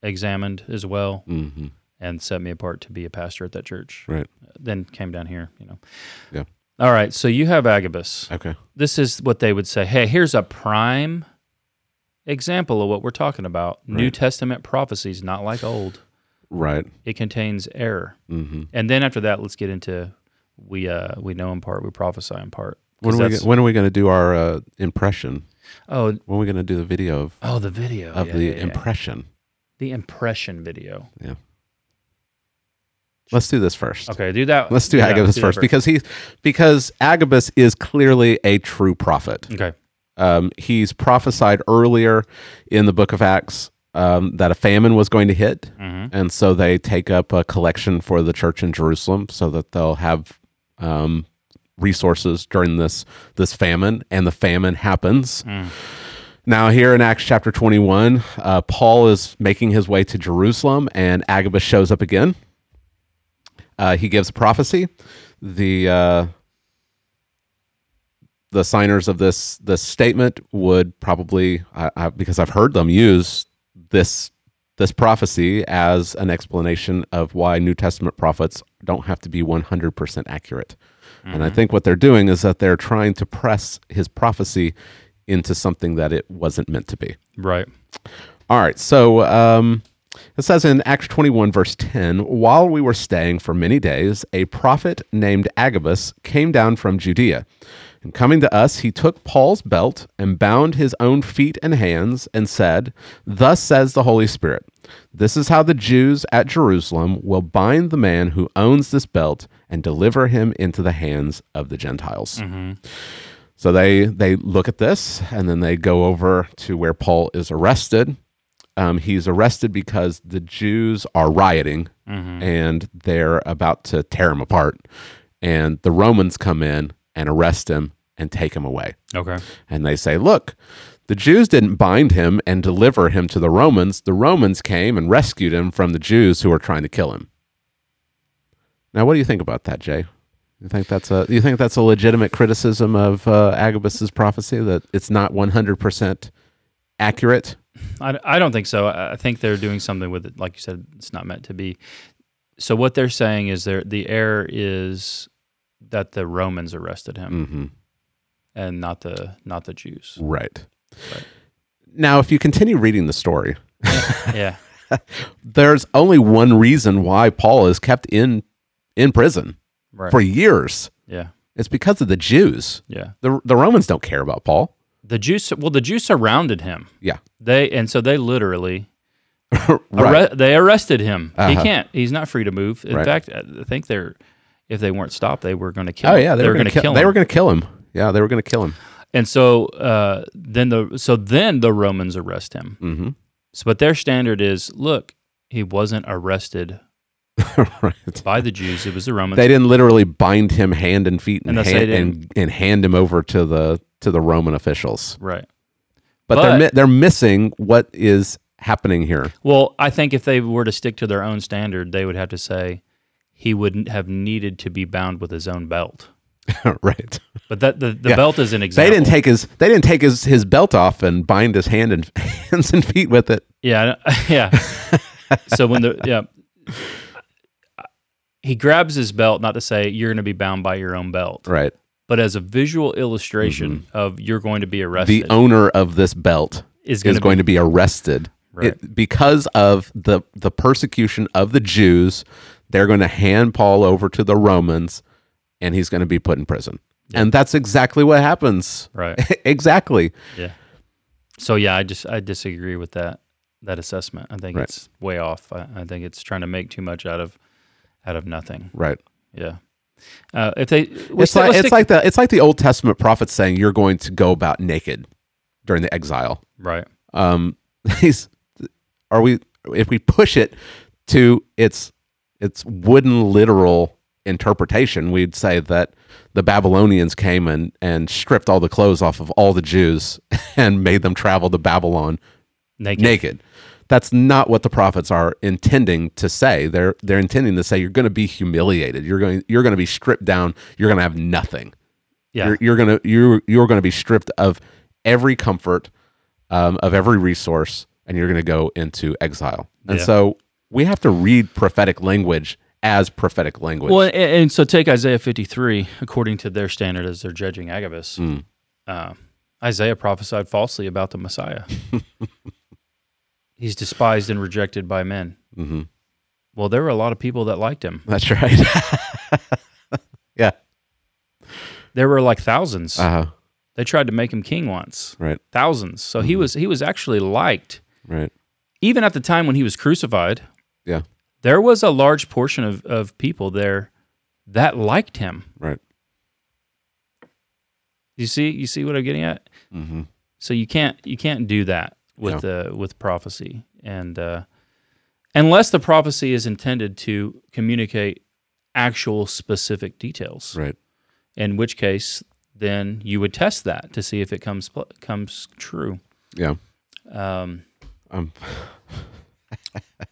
B: examined as well
A: Mm-hmm.
B: and set me apart to be a pastor at that church.
A: Right.
B: Then came down here, you know.
A: Yeah.
B: All right. So you have Agabus.
A: Okay.
B: This is what they would say. Hey, here's a prime example of what we're talking about. New
A: Right.
B: Testament prophecies, not like old.
A: Right.
B: It contains error.
A: Mm-hmm.
B: And then after that, let's get into we uh we know in part, we prophesy in part. 'Cause
A: When are, we,
B: that's-
A: go- when are we going to do our uh, impression?
B: oh
A: When are we going to do the video of,
B: oh the video
A: of
B: yeah,
A: the
B: yeah, yeah.
A: impression?
B: the impression video.
A: Let's do this first.
B: Okay, do that.
A: Let's do
B: yeah,
A: Agabus
B: that
A: first, because he's because Agabus is clearly a true prophet.
B: okay
A: Um, he's prophesied earlier in the book of Acts um, that a famine was going to hit.
B: hmm
A: and so they take up a collection for the church in Jerusalem so that they'll have um, resources during this this famine, and the famine happens. Now, here in Acts chapter 21, uh, Paul is making his way to Jerusalem, and Agabus shows up again. Uh, he gives a prophecy. The uh, the signers of this this statement would probably, I, I, because I've heard them use this this prophecy as an explanation of why New Testament prophets don't have to be 100% accurate. And I think what they're doing is that they're trying to press his prophecy into something that it wasn't meant to be.
B: Right.
A: All right. So um, it says in Acts 21, verse 10 While we were staying for many days, a prophet named Agabus came down from Judea. And coming to us, he took Paul's belt and bound his own feet and hands and said, Thus says the Holy Spirit, this is how the Jews at Jerusalem will bind the man who owns this belt and deliver him into the hands of the Gentiles. So they they look at this and then they go over to where Paul is arrested. Um, he's arrested because the Jews are rioting and they're about to tear him apart, and the Romans come in and arrest him and take him away.
B: Okay.
A: And they say, Look, the Jews didn't bind him and deliver him to the Romans. The Romans came and rescued him from the Jews who were trying to kill him. Now, what do you think about that, Jay? You think that's a you think that's a legitimate criticism of uh, Agabus's prophecy that it's not one hundred percent accurate?
B: I, I don't think so. I I think they're doing something with it. Like you said, it's not meant to be. So what they're saying is there the error is that the Romans arrested him
A: Mm-hmm.
B: and not the not the Jews.
A: Right.
B: Right.
A: Now, if you continue reading the story,
B: yeah.
A: there's only one reason why Paul is kept in in prison
B: Right.
A: for years.
B: Yeah.
A: It's because of the Jews.
B: Yeah.
A: the The Romans don't care about Paul.
B: The Jews well the Jews surrounded him.
A: Yeah.
B: They and so they literally
A: right.
B: arre- they arrested him. He
A: Uh-huh.
B: can't. He's not free to move. In
A: Right.
B: fact, I think they're if they weren't stopped, they were going to kill.
A: Oh
B: him.
A: yeah, they, were
B: going
A: gonna
B: to
A: kill.
B: him.
A: they were gonna kill him. Yeah, they were gonna kill him.
B: And so uh, then the so then the Romans arrest him.
A: Mm-hmm.
B: So, but their standard is look, he wasn't arrested
A: right.
B: by the Jews; it was the Romans.
A: They didn't literally bind him hand and feet and
B: And that's-
A: hand,
B: they didn't-
A: and, and hand him over to the to the Roman officials.
B: right.
A: But, they're
B: But-
A: mi- they're missing what is happening here.
B: Well, I think if they were to stick to their own standard, they would have to say he wouldn't have needed to be bound with his own belt.
A: right.
B: But that the, the
A: Yeah.
B: belt is an
A: They
B: example.
A: didn't take his they didn't take his, his belt off and bind his hand and hands and feet with it.
B: Yeah, I- yeah. so when the yeah, he grabs his belt, not to say you're going to be bound by your own belt,
A: Right.
B: but as a visual illustration of you're going to be
A: Mm-hmm. The
B: arrested
A: owner of this belt
B: is going
A: is
B: to
A: going to be arrested
B: Right.
A: It- because of the the persecution of the Jews. They're going to hand Paul over to the Romans, and he's going to be put in prison. And that's exactly what happens.
B: right.
A: exactly.
B: Yeah. So yeah, I just I disagree with that that assessment. I think
A: Right.
B: it's way off. I, I think it's trying to make too much out of out of nothing.
A: Right.
B: Yeah. Uh, if they,
A: it's like it's like the it's like the Old Testament prophets saying you're going to go about naked during the exile.
B: right.
A: um these are we if we push it to its its wooden literal interpretation we'd say that the babylonians came and and stripped all the clothes off of all the jews and made them travel to babylon
B: Naked.
A: naked that's not what the prophets are intending to say they're they're intending to say you're going to be humiliated you're going you're going to be stripped down you're going to have nothing
B: Yeah.
A: you're, you're gonna you're you're gonna be stripped of every comfort, um, of every resource, and you're gonna go into exile. And
B: Yeah.
A: so we have to read prophetic language as prophetic language.
B: Well, and, and so take Isaiah 53 according to their standard as they're judging Agabus. Uh, Isaiah prophesied falsely about the Messiah. He's despised and rejected by men.
A: Mhm.
B: Well, there were a lot of people that liked him.
A: That's right. yeah.
B: There were like thousands.
A: Uh huh.
B: They tried to make him king once.
A: Right.
B: Thousands. So he was he was actually liked
A: Right.
B: even at the time when he was crucified.
A: Yeah.
B: There was a large portion of, of people there that liked him.
A: Right.
B: You see, you see what I'm getting at.
A: Mm-hmm.
B: So you can't you can't do that with the with prophecy and uh, unless the prophecy is intended to communicate actual specific details.
A: Right.
B: In which case, then you would test that to see if it comes pl- comes true.
A: Yeah.
B: Um,
A: I'm,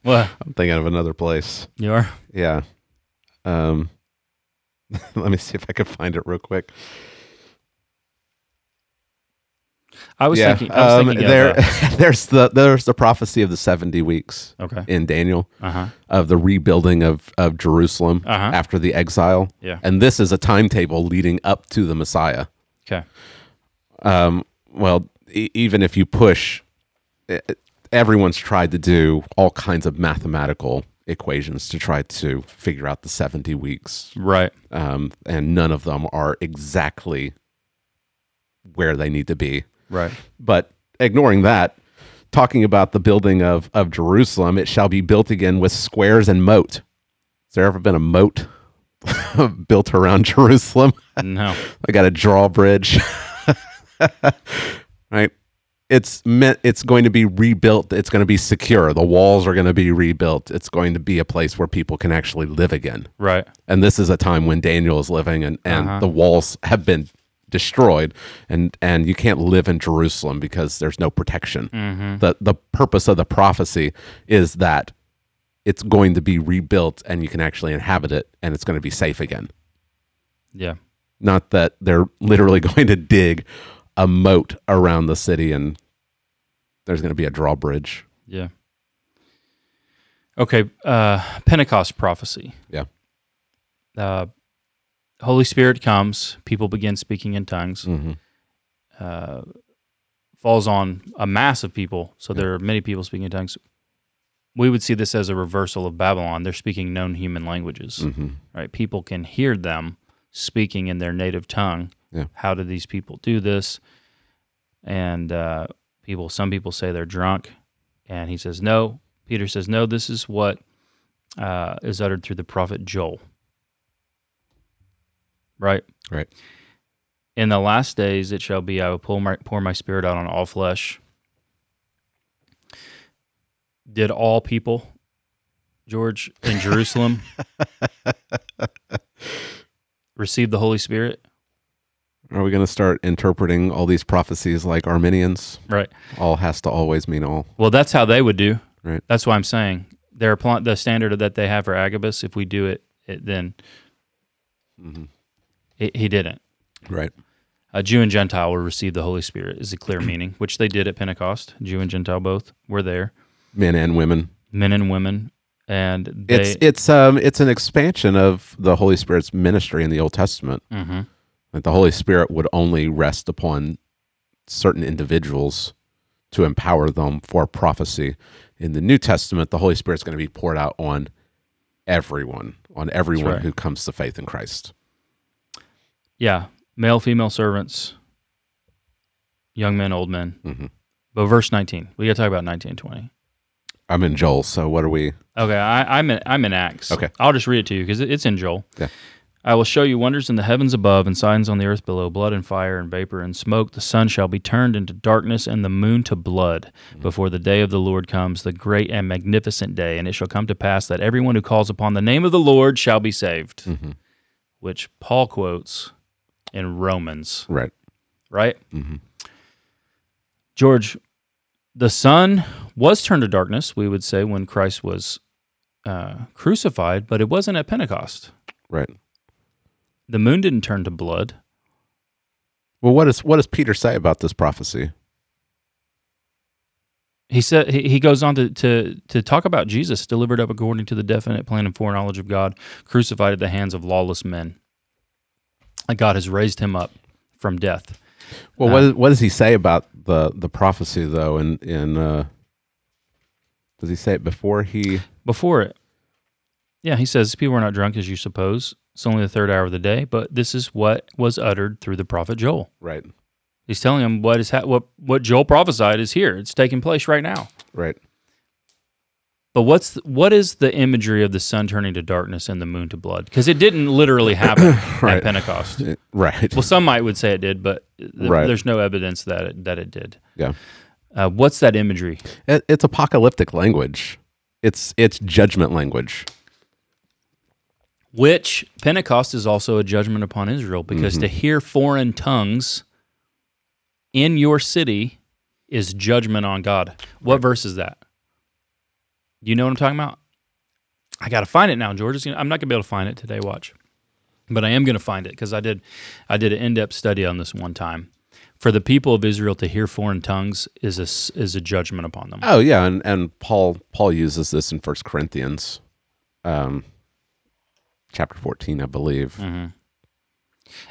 B: well,
A: I'm thinking of another place.
B: you are.
A: Yeah. Um, let me see if I can find it real quick.
B: I was
A: yeah.
B: thinking. I was
A: um,
B: thinking
A: there,
B: Of, uh,
A: there's the there's the prophecy of the seventy weeks
B: okay.
A: in Daniel
B: Uh huh.
A: of the rebuilding of of Jerusalem
B: Uh-huh.
A: after the exile.
B: Yeah.
A: And this is a timetable leading up to the Messiah.
B: Okay.
A: um, well, e- even if you push, e- everyone's tried to do all kinds of mathematical equations to try to figure out the 70 weeks,
B: Right.
A: um, and none of them are exactly where they need to be.
B: Right.
A: But ignoring that, talking about the building of, of Jerusalem, it shall be built again with squares and moat. Has there ever been a moat built around Jerusalem?
B: No.
A: I got a drawbridge. right? It's meant it's going to be rebuilt. It's going to be secure. The walls are going to be rebuilt. It's going to be a place where people can actually live again.
B: Right.
A: And this is a time when Daniel is living and, and
B: Uh-huh.
A: the walls have been destroyed and and you can't live in Jerusalem because there's no protection.
B: Mm-hmm.
A: The the purpose of the prophecy is that it's going to be rebuilt and you can actually inhabit it and it's going to be safe again
B: Yeah.
A: not that they're literally going to dig a moat around the city and there's going to be a drawbridge.
B: Yeah. Okay. Uh, Pentecost prophecy.
A: Yeah.
B: Uh, Holy Spirit comes. People begin speaking in tongues.
A: Mm-hmm.
B: uh, falls on a mass of people. So there are many people speaking in tongues. We would see this as a reversal of Babylon. They're speaking known human languages,
A: Mm-hmm.
B: right? People can hear them speaking in their native tongue.
A: Yeah.
B: How do these people do this? And uh, people, some people say they're drunk, and he says no. Peter says no. This is what uh, is uttered through the prophet Joel. Right
A: Right.
B: in the last days it shall be i will pour my, pour my spirit out on all flesh did all people george in jerusalem receive the holy spirit
A: Are we going to start interpreting all these prophecies like Arminians?
B: right
A: All has to always mean all.
B: well that's how they would do
A: Right.
B: that's why i'm saying they're applying the standard that they have for agabus if we do it, it then
A: Mm-hmm.
B: he- he didn't
A: Right.
B: a Jew and Gentile will receive the Holy Spirit is a clear meaning, which they did at Pentecost. Jew and Gentile both were there,
A: Men and women.
B: men and women, and they,
A: It's it's um it's an expansion of the Holy Spirit's ministry in the Old Testament.
B: Mhm.
A: That the Holy Spirit would only rest upon certain individuals to empower them for prophecy. In the New Testament, the Holy Spirit's going to be poured out on everyone, on everyone
B: right.
A: who comes to faith in Christ.
B: Yeah, male, female servants, young men, old men.
A: Mhm.
B: But verse 19, we got to talk about 19 and 20.
A: I'm in Joel, so what are we?
B: Okay, I, I'm, in, I'm in Acts.
A: Okay.
B: I'll just read it to you because it's in Joel.
A: Yeah.
B: I will show you wonders in the heavens above and signs on the earth below, blood and fire and vapor and smoke. The sun shall be turned into darkness and the moon to blood
A: Mm.
B: before the day of the Lord comes, the great and magnificent day. And it shall come to pass that everyone who calls upon the name of the Lord shall be saved,
A: Mm-hmm.
B: which Paul quotes in Romans
A: Right.
B: right? George, the sun was turned to darkness, we would say, when Christ was uh, crucified, but it wasn't at Pentecost.
A: Right.
B: The moon didn't turn to blood.
A: Well, what is what does Peter say about this prophecy?
B: He said he he goes on to, to to talk about Jesus delivered up according to the definite plan and foreknowledge of God, crucified at the hands of lawless men. And God has raised him up from death.
A: Well, what, is, what does he say about the the prophecy though? In in uh, does he say it before he?
B: before it. Yeah, he says, People are not drunk as you suppose. It's only the third hour of the day, but this is what was uttered through the prophet Joel.
A: Right.
B: He's telling him what is ha- what what Joel prophesied is here. It's taking place right now.
A: Right.
B: But what's th- what is the imagery of the sun turning to darkness and the moon to blood? Because it didn't literally happen at
A: Right.
B: Pentecost.
A: Right.
B: Well, some might would say it did, but th-
A: Right.
B: there's no evidence that it, that it did.
A: yeah.
B: Uh, what's that imagery?
A: It, it's apocalyptic language. It's it's judgment language.
B: Which Pentecost is also a judgment upon Israel because to hear foreign tongues in your city is judgment on God. What verse is that? You know what I'm talking about? I got to find it now, George. It's Gonna, I'm not going to be able to find it today, watch. But I am going to find it because I did I did an in-depth study on this one time. For the people of Israel to hear foreign tongues is a, s- is a judgment upon them.
A: Oh yeah, and and Paul Paul uses this in First Corinthians, um, chapter fourteen, I believe.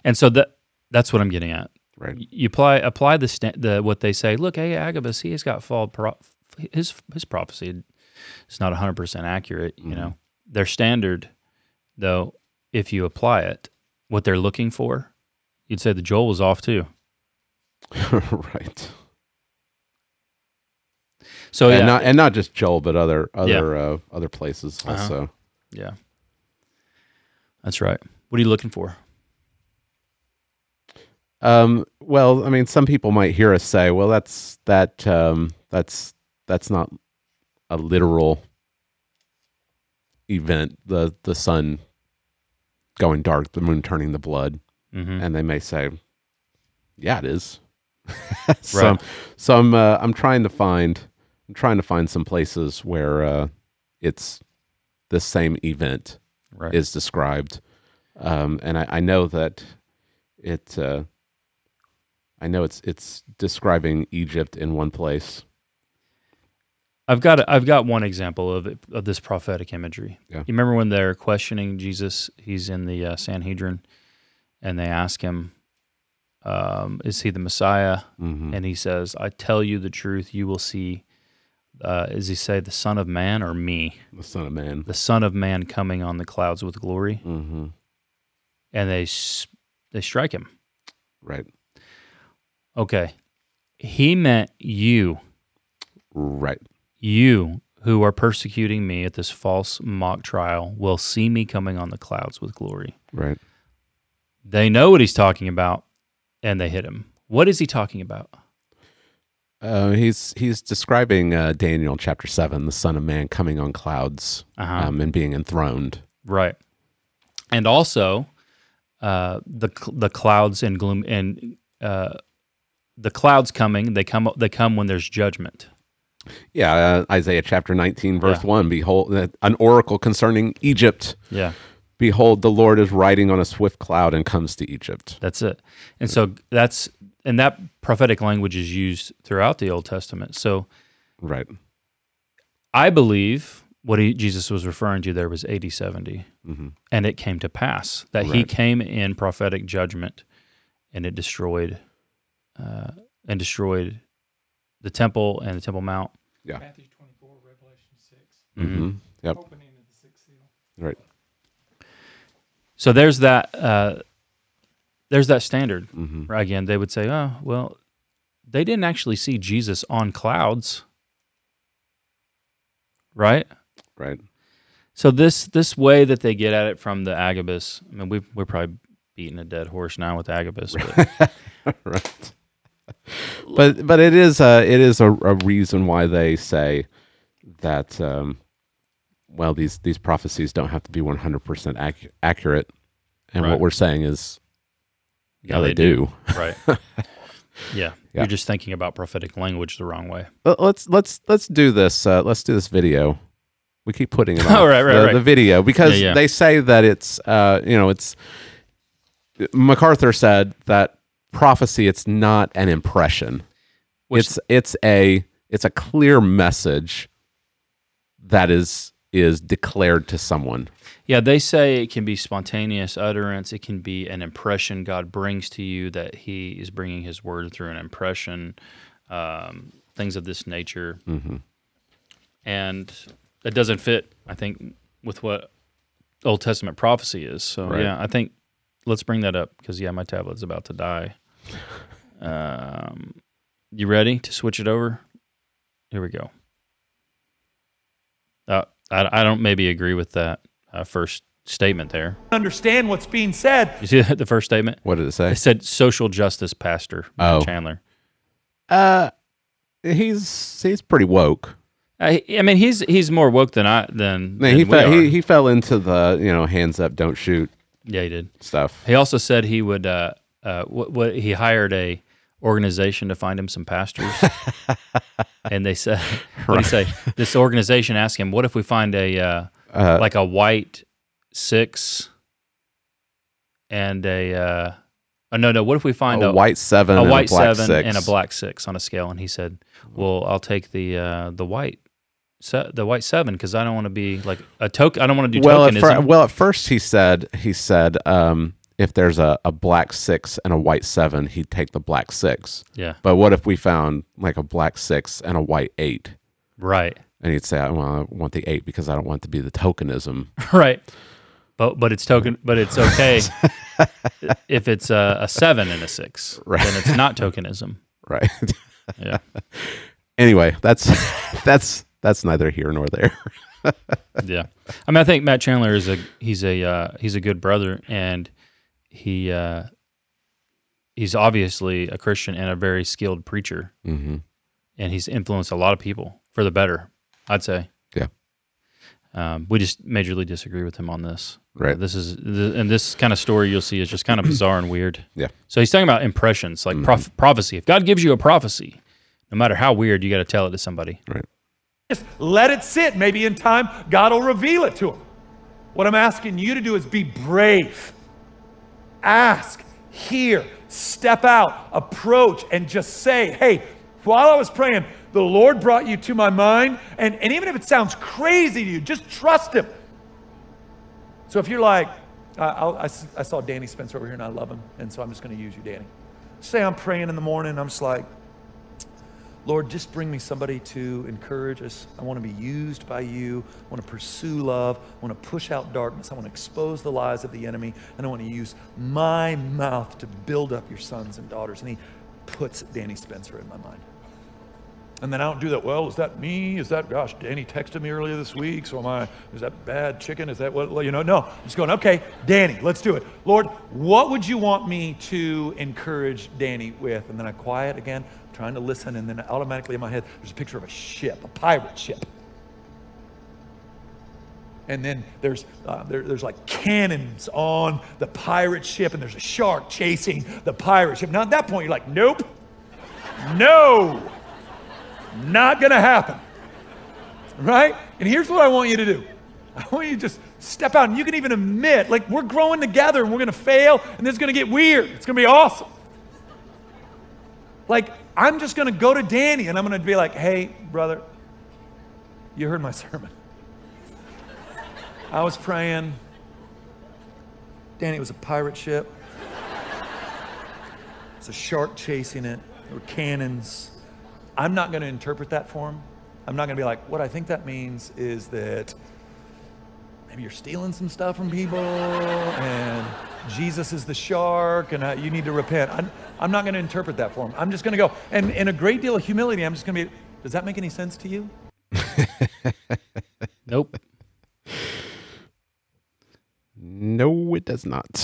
B: And so that that's what I'm getting at.
A: Right.
B: you apply apply the, sta- the what they say. Look, hey Agabus, he has got false pro- his his prophecy is not 100 percent accurate.
A: Mm-hmm.
B: You know their standard, though, if you apply it, what they're looking for, you'd say the Joel was off too.
A: Mm-hmm. right.
B: So yeah,
A: and not and not just Joel, but other other uh, other places also.
B: yeah, that's right. What are you looking for?
A: Um, well, I mean, some people might hear us say, "Well, that's that um, that's that's not a literal event the the sun going dark, the moon turning the blood,"
B: Mhm.
A: and they may say, "Yeah, it is." some, so I'm uh, I'm trying to find I'm trying to find some places where uh, it's the same event
B: Right.
A: is described. Um, and I, I know that it, uh, I know it's it's describing Egypt in one place.
B: I've got a, I've got one example of it, of this prophetic imagery.
A: Yeah.
B: You remember when they're questioning Jesus? He's in the uh, Sanhedrin, and they ask him, um, "Is he the Messiah?" And he says, "I tell you the truth. You will see." Uh, is he say the Son of Man or me?
A: The Son of Man.
B: The Son of Man coming on the clouds with glory,
A: Mm-hmm.
B: and they s- they strike him.
A: Right.
B: Okay, he meant you.
A: Right.
B: You who are persecuting me at this false mock trial will see me coming on the clouds with glory.
A: Right.
B: They know what he's talking about and they hit him. What is he talking about?
A: Uh, he's he's describing uh, Daniel chapter seven, the Son of Man coming on clouds
B: Uh-huh.
A: um, and being enthroned.
B: Right. And also, uh, the cl- the clouds and gloom and uh, the clouds coming. They come. They come when there's judgment.
A: Yeah, uh, Isaiah chapter nineteen, verse
B: Yeah.
A: one. Behold, uh, an oracle concerning Egypt.
B: Yeah,
A: Behold, the Lord is riding on a swift cloud and comes to Egypt.
B: that's it. And so that's and that prophetic language is used throughout the Old Testament. So
A: Right.
B: I believe what he, Jesus was referring to there was 80 70. And it came to pass that he
A: Mm-hmm. Right.
B: came in prophetic judgment and it destroyed uh, and destroyed the temple and the temple mount.
C: Matthew 24, Revelation 6,
A: Mm-hmm. Yep.
C: opening of the sixth seal.
A: Right.
B: So there's that uh, there's that standard.
A: Mm-hmm.
B: Right, Again, they would say, "Oh, well, they didn't actually see Jesus on clouds." Right?
A: Right.
B: So this this way that they get at it from the Agabus, I mean, we we're probably beating a dead horse now with Agabus, but
A: right. But but it is a it is a, a reason why they say that um, well these these prophecies don't have to be one hundred percent accurate, and
B: Right.
A: what we're saying is yeah, they,
B: they
A: do.
B: right? yeah,
A: Yeah.
B: you're just thinking about prophetic language the wrong way.
A: Let- Let's let's let's do this. Uh, let's do this video. We keep putting it.
B: Oh,
A: off,
B: right, right,
A: the,
B: right.
A: The video because
B: Yeah, yeah.
A: they say that it's uh, you know it's MacArthur said that prophecy it's not an impression.
B: Which
A: it's it's a it's a clear message that is is declared to someone.
B: yeah, they say it can be spontaneous utterance. It can be an impression God brings to you that He is bringing His word through an impression, um, things of this nature, and that doesn't fit, I think, with what Old Testament prophecy is. So
A: Right.
B: yeah, I think let's bring that up because yeah, my tablet's about to die. Um, you ready to switch it over? Here we go. Uh, I, I don't maybe agree with that uh, first statement there.
C: Understand what's being said.
B: You see that, the first statement?
A: What did it say?
B: It said social justice pastor Matt
A: Oh.
B: Chandler.
A: Uh, he's he's pretty woke.
B: I, I mean, he's he's more woke than I than,
A: No,
B: than
A: he,
B: we
A: fell,
B: are.
A: he he fell into the you know hands up, don't shoot
B: yeah, he did.
A: stuff.
B: He also said he would. Uh, uh, what, what he hired a organization to find him some pastors, and they said, "What do you say?" This organization asked him, "What if we find a uh,
A: Uh,
B: like a white six and a uh, oh, no no? What if we find
A: a white seven,
B: a
A: and
B: white
A: a black
B: seven
A: six.
B: and a black six on a scale?" And he said, "Well, I'll take the uh, the white." Se- the white seven because I don't want to be like a token. I don't want to do
A: Well, at
B: tokenism.
A: fir- well, at first he said he said um, if there's a, a black six and a white seven, he'd take the black six.
B: yeah,
A: But what if we found like a black six and a white eight?
B: right.
A: And he'd say, "Well, I want the eight because I don't want it to be the tokenism."
B: right but but it's token but it's okay if it's a, a seven and a six then it's not tokenism
A: Right.
B: yeah
A: anyway, that's that's that's neither here nor there.
B: yeah i mean i think matt chandler is a he's a uh, he's a good brother and he uh he's obviously a christian and a very skilled preacher
A: Mm-hmm.
B: and he's influenced a lot of people for the better i'd say
A: Yeah.
B: um, we just majorly disagree with him on this
A: Right.
B: This is th- and this kind of story you'll see is just kind of bizarre and weird.
A: Yeah. Mm-hmm.
B: So he's talking about impressions, like proph- prophecy. If God gives you a prophecy, no matter how weird, you got to tell it to somebody.
A: Right.
C: Just let it sit. Maybe in time, God will reveal it to him. What I'm asking you to do is be brave. Ask, hear, step out, approach, and just say, hey, while I was praying, the Lord brought you to my mind. And, and even if it sounds crazy to you, just trust Him. So if you're like, I, I'll- I s- I saw Danny Spencer over here and I love him, and so I'm just going to use you, Danny. Say I'm praying in the morning, I'm just like, Lord, just bring me somebody to encourage us. I want to be used by you. I want to pursue love. I want to push out darkness. I want to expose the lies of the enemy. And I want to use my mouth to build up your sons and daughters. And he puts Danny Spencer in my mind. And then I don't do that. Well, is that me? Is that, gosh, Danny texted me earlier this week. So am I, is that bad chicken? Is that what, well, you know, no. I'm just going, okay, Danny, let's do it. Lord, what would you want me to encourage Danny with? And then I quiet again, trying to listen. And then automatically in my head, there's a picture of a ship, a pirate ship. And then there's uh, there, there's like cannons on the pirate ship, and there's a shark chasing the pirate ship. Now at that point, you're like, nope, no, not gonna happen. Right? And here's what I want you to do. I want you to just step out and you can even admit, like, we're growing together and we're gonna fail and this is gonna get weird. It's gonna be awesome. Like, I'm just gonna go to Danny and I'm gonna be like, hey, brother, you heard my sermon. I was praying. Danny was a pirate ship. It's a shark chasing it. There were cannons. I'm not going to interpret that for him. I'm not going to be like, what I think that means is that maybe you're stealing some stuff from people and Jesus is the shark and I, you need to repent. I'm, I'm not going to interpret that for him. I'm just going to go. And in a great deal of humility, I'm just going to be, does that make any sense to you?
B: Nope.
A: No, it does not.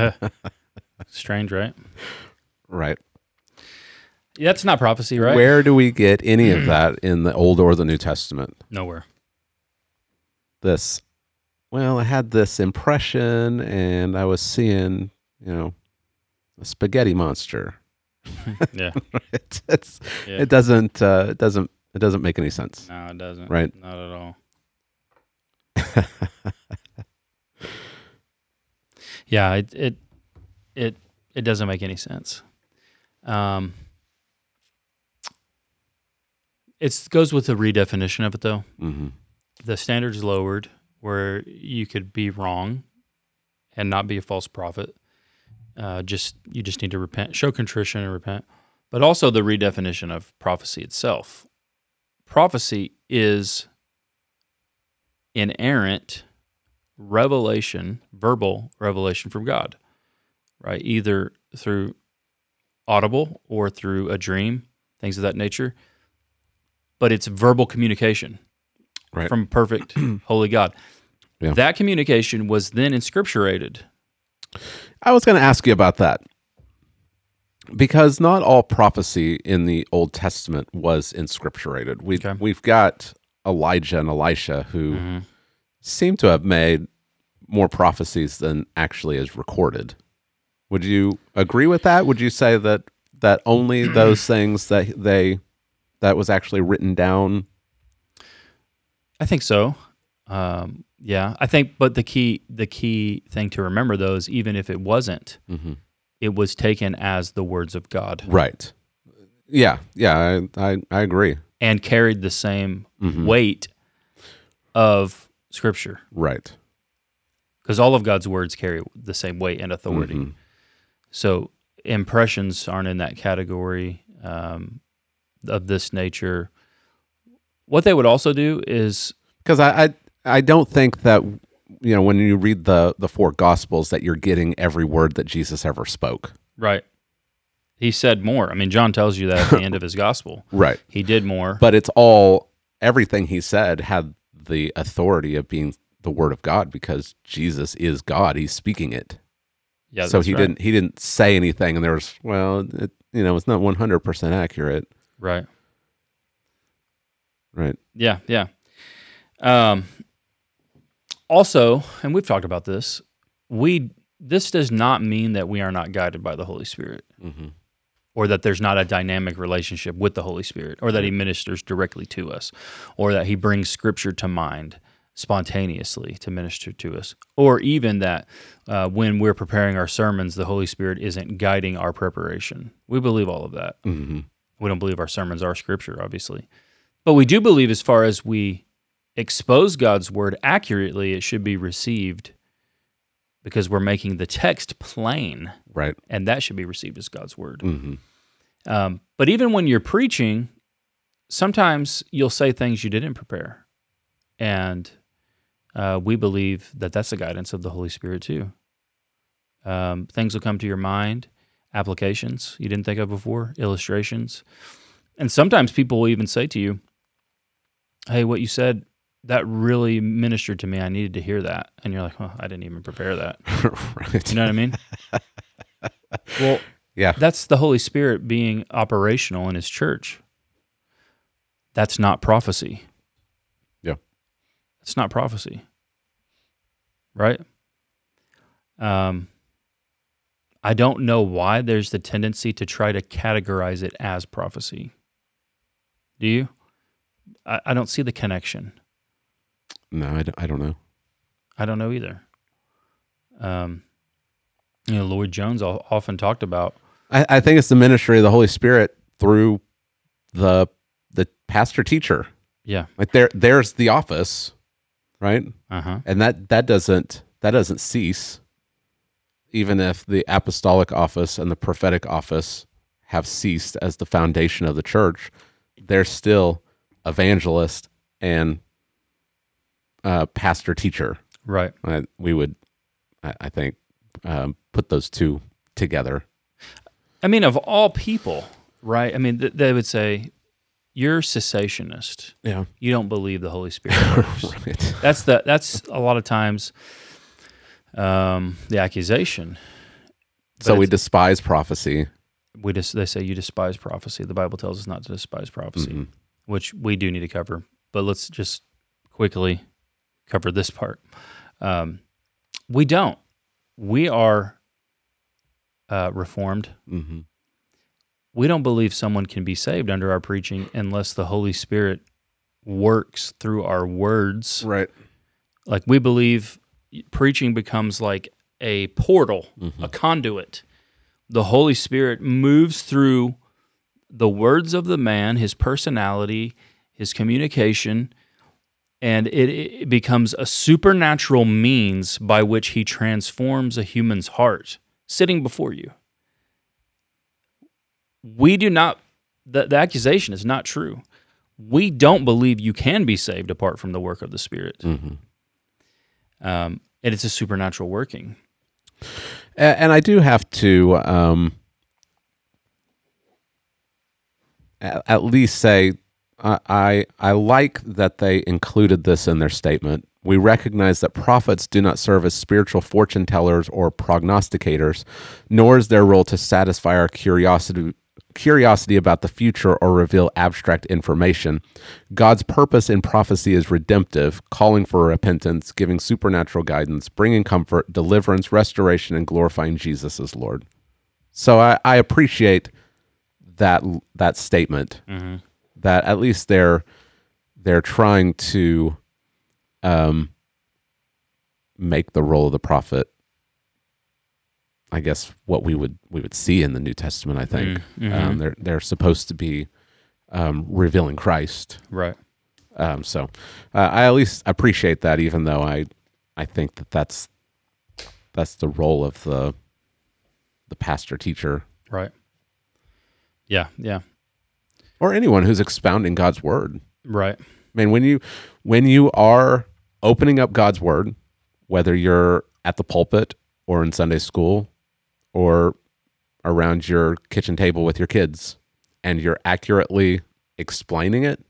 B: Strange, right?
A: right.
B: Yeah, That's not prophecy, right?
A: Where do we get any of that in the Old or the New Testament?
B: Nowhere.
A: This, well, I had this impression, and I was seeing, you know, a spaghetti monster.
B: Yeah.
A: it's, it's
B: Yeah.
A: it doesn't uh, it doesn't it doesn't make any sense.
B: no, it doesn't.
A: Right.
B: Not at all. yeah, it, it it it doesn't make any sense. Um, it goes with the redefinition of it, though.
A: hmm
B: the standards lowered where you could be wrong and not be a false prophet. Uh, just you just need to repent, show contrition and repent. But also the redefinition of prophecy itself. Prophecy is inerrant revelation, verbal revelation from God, right? Either through audible or through a dream, things of that nature. But it's verbal communication
A: Right.
B: from perfect holy God.
A: Yeah.
B: That communication was then inscripturated.
A: I was going to ask you about that. because not all prophecy in the Old Testament was inscripturated. We
B: Okay.
A: we've got Elijah and Elisha who seem to have made more prophecies than actually is recorded. Would you agree with that? Would you say that that only those things that they that was actually written down?
B: I think so. Um, yeah, I think. But the key, the key thing to remember though is even if it wasn't, it was taken as the words of God
A: Right. Yeah, yeah, I I, I agree.
B: and carried the same weight of Scripture
A: Right.
B: because all of God's words carry the same weight and authority.
A: Mm-hmm.
B: So impressions aren't in that category um, of this nature. What they would also do is
A: because I, I I don't think that you know when you read the the four gospels that you're getting every word that Jesus ever spoke.
B: right. He said more. I mean, John tells you that at the end of his gospel.
A: Right.
B: He did more.
A: But it's all everything he said had the authority of being the word of God because Jesus is God. He's speaking it.
B: yeah,
A: so
B: that's
A: he
B: right.
A: didn't he didn't say anything and there was well it, you know it's not 100% accurate.
B: Right.
A: Right.
B: Yeah, yeah. Um, also, and we've talked about this. We this does not mean that we are not guided by the Holy Spirit, or that there's not a dynamic relationship with the Holy Spirit, or that He ministers directly to us, or that He brings Scripture to mind spontaneously to minister to us, or even that uh, when we're preparing our sermons, the Holy Spirit isn't guiding our preparation. We believe all of that. We don't believe our sermons are Scripture, obviously. But we do believe, as far as we expose God's word accurately, it should be received because we're making the text plain,
A: Right.
B: and that should be received as God's word. Um, but even when you're preaching, sometimes you'll say things you didn't prepare. And uh, we believe that that's the guidance of the Holy Spirit, too. Um, things will come to your mind, applications you didn't think of before, illustrations. And sometimes people will even say to you, Hey, what you said, that really ministered to me. I needed to hear that. And you're like, Well, I didn't even prepare that.
A: right.
B: You know what I mean? well,
A: Yeah.
B: that's the Holy Spirit being operational in His church. That's not prophecy.
A: Yeah.
B: It's not prophecy. Right? Um, I don't know why there's the tendency to try to categorize it as prophecy. Do you? I, I don't see the connection.
A: No, I don't, I don't know.
B: I don't know either. Um, you know, Lloyd Jones al- often talked about
A: I, I think it's the ministry of the Holy Spirit through the the pastor teacher.
B: Yeah.
A: like there there's the office right
B: Uh huh.
A: and that that doesn't that doesn't cease even if the apostolic office and the prophetic office have ceased as the foundation of the church they're still evangelist and uh, pastor teacher
B: Right.
A: I, we would i, I think um, put those two together
B: I mean, of all people, right? I mean, th- they would say, "You're cessationist.
A: yeah
B: You don't believe the Holy Spirit." works."
A: right
B: that's the that's a lot of times um, the accusation.
A: so we
B: it's-
A: despise prophecy
B: We just they say you despise prophecy. The Bible tells us not to despise prophecy, which we do need to cover. But let's just quickly cover this part. Um, we don't. We are uh, reformed.
A: Mhm.
B: we don't believe someone can be saved under our preaching unless the Holy Spirit works through our words.
A: right
B: Like we believe preaching becomes like a portal, a conduit. The Holy Spirit moves through the words of the man, his personality, his communication, and it, it becomes a supernatural means by which he transforms a human's heart sitting before you we do not the, the accusation is not true we don't believe you can be saved apart from the work of the spirit um, and it's a supernatural working
A: A- and, I do have to um, a- at, least say I, I I like that they included this in their statement. We recognize that prophets do not serve as spiritual fortune tellers or prognosticators, nor is their role to satisfy our curiosity curiosity about the future or reveal abstract information. God's purpose in prophecy is redemptive, calling for repentance, giving supernatural guidance, bringing comfort, deliverance, restoration, and glorifying Jesus as Lord. So I, I appreciate that that statement that at least they're they're trying to um make the role of the prophet i guess what we would we would see in the new testament i think um, they're they're supposed to be um, revealing christ
B: Right.
A: um, so uh, i at least appreciate that even though i i think that that's that's the role of the the pastor teacher
B: Right. Yeah. Yeah.
A: or anyone who's expounding god's word
B: Right.
A: I mean, when you when you are opening up God's word, whether you're at the pulpit or in Sunday school or around your kitchen table with your kids and you're accurately explaining it,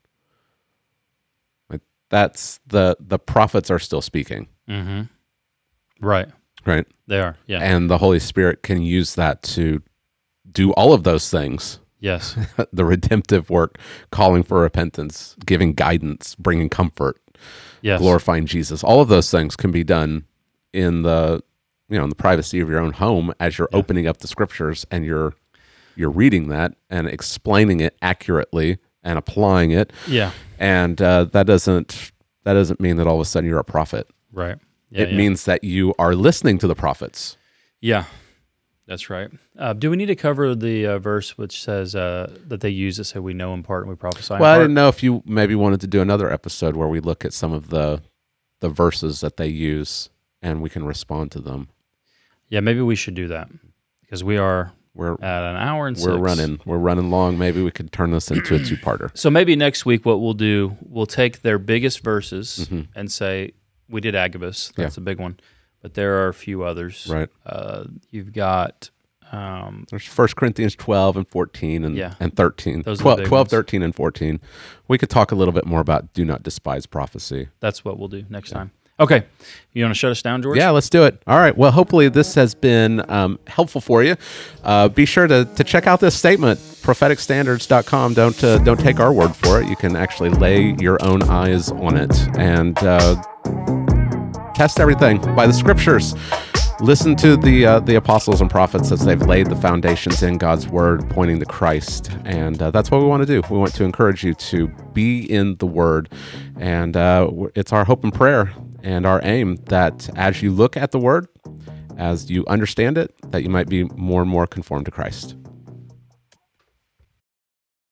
A: like that's the the prophets are still speaking,
B: Right.
A: right?
B: They are. Yeah.
A: And the Holy Spirit can use that to do all of those things.
B: yes.
A: the redemptive work, calling for repentance, giving guidance, bringing comfort,
B: Yes.
A: glorifying Jesus. All of those things can be done in the you know in the privacy of your own home as you're opening up the scriptures and you're you're reading that and explaining it accurately and applying it.
B: Yeah.
A: And uh, that doesn't that doesn't mean that all of a sudden you're a prophet.
B: Right. Yeah.
A: it
B: yeah.
A: means that you are listening to the prophets.
B: Yeah, that's right. Uh, do we need to cover the uh, verse which says uh, that they use it so we know in part and we prophesy in
A: Well, I
B: part?
A: didn't know if you maybe wanted to do another episode where we look at some of the the verses that they use and we can respond to them.
B: Yeah, maybe we should do that because we are
A: We're
B: at an hour and
A: we're
B: six.
A: running we're running long. Maybe we could turn this into a two parter.
B: So maybe next week, what we'll do, we'll take their biggest verses and say we did Agabus. That's a big one, but there are a few others.
A: Right.
B: Uh, you've got um,
A: There's 1 Corinthians 12 and 14 and,
B: Yeah.
A: and 13.
B: Those are the
A: 12,
B: big
A: 12,
B: ones.
A: 13, and 14. We could talk a little bit more about do not despise prophecy.
B: that's what we'll do next time. Okay, you want to shut us down, George?
A: Yeah, let's do it. All right. Well, hopefully this has been um, helpful for you. Uh, be sure to, to check out this statement, propheticstandards.com. Don't uh, don't take our word for it. You can actually lay your own eyes on it and uh, test everything by the scriptures. Listen to the uh, the apostles and prophets as they've laid the foundations in God's word, pointing to Christ, and uh, that's what we want to do. We want to encourage you to be in the Word, and uh, w- it's our hope and prayer and our aim that as you look at the Word, as you understand it, that you might be more and more conformed to Christ.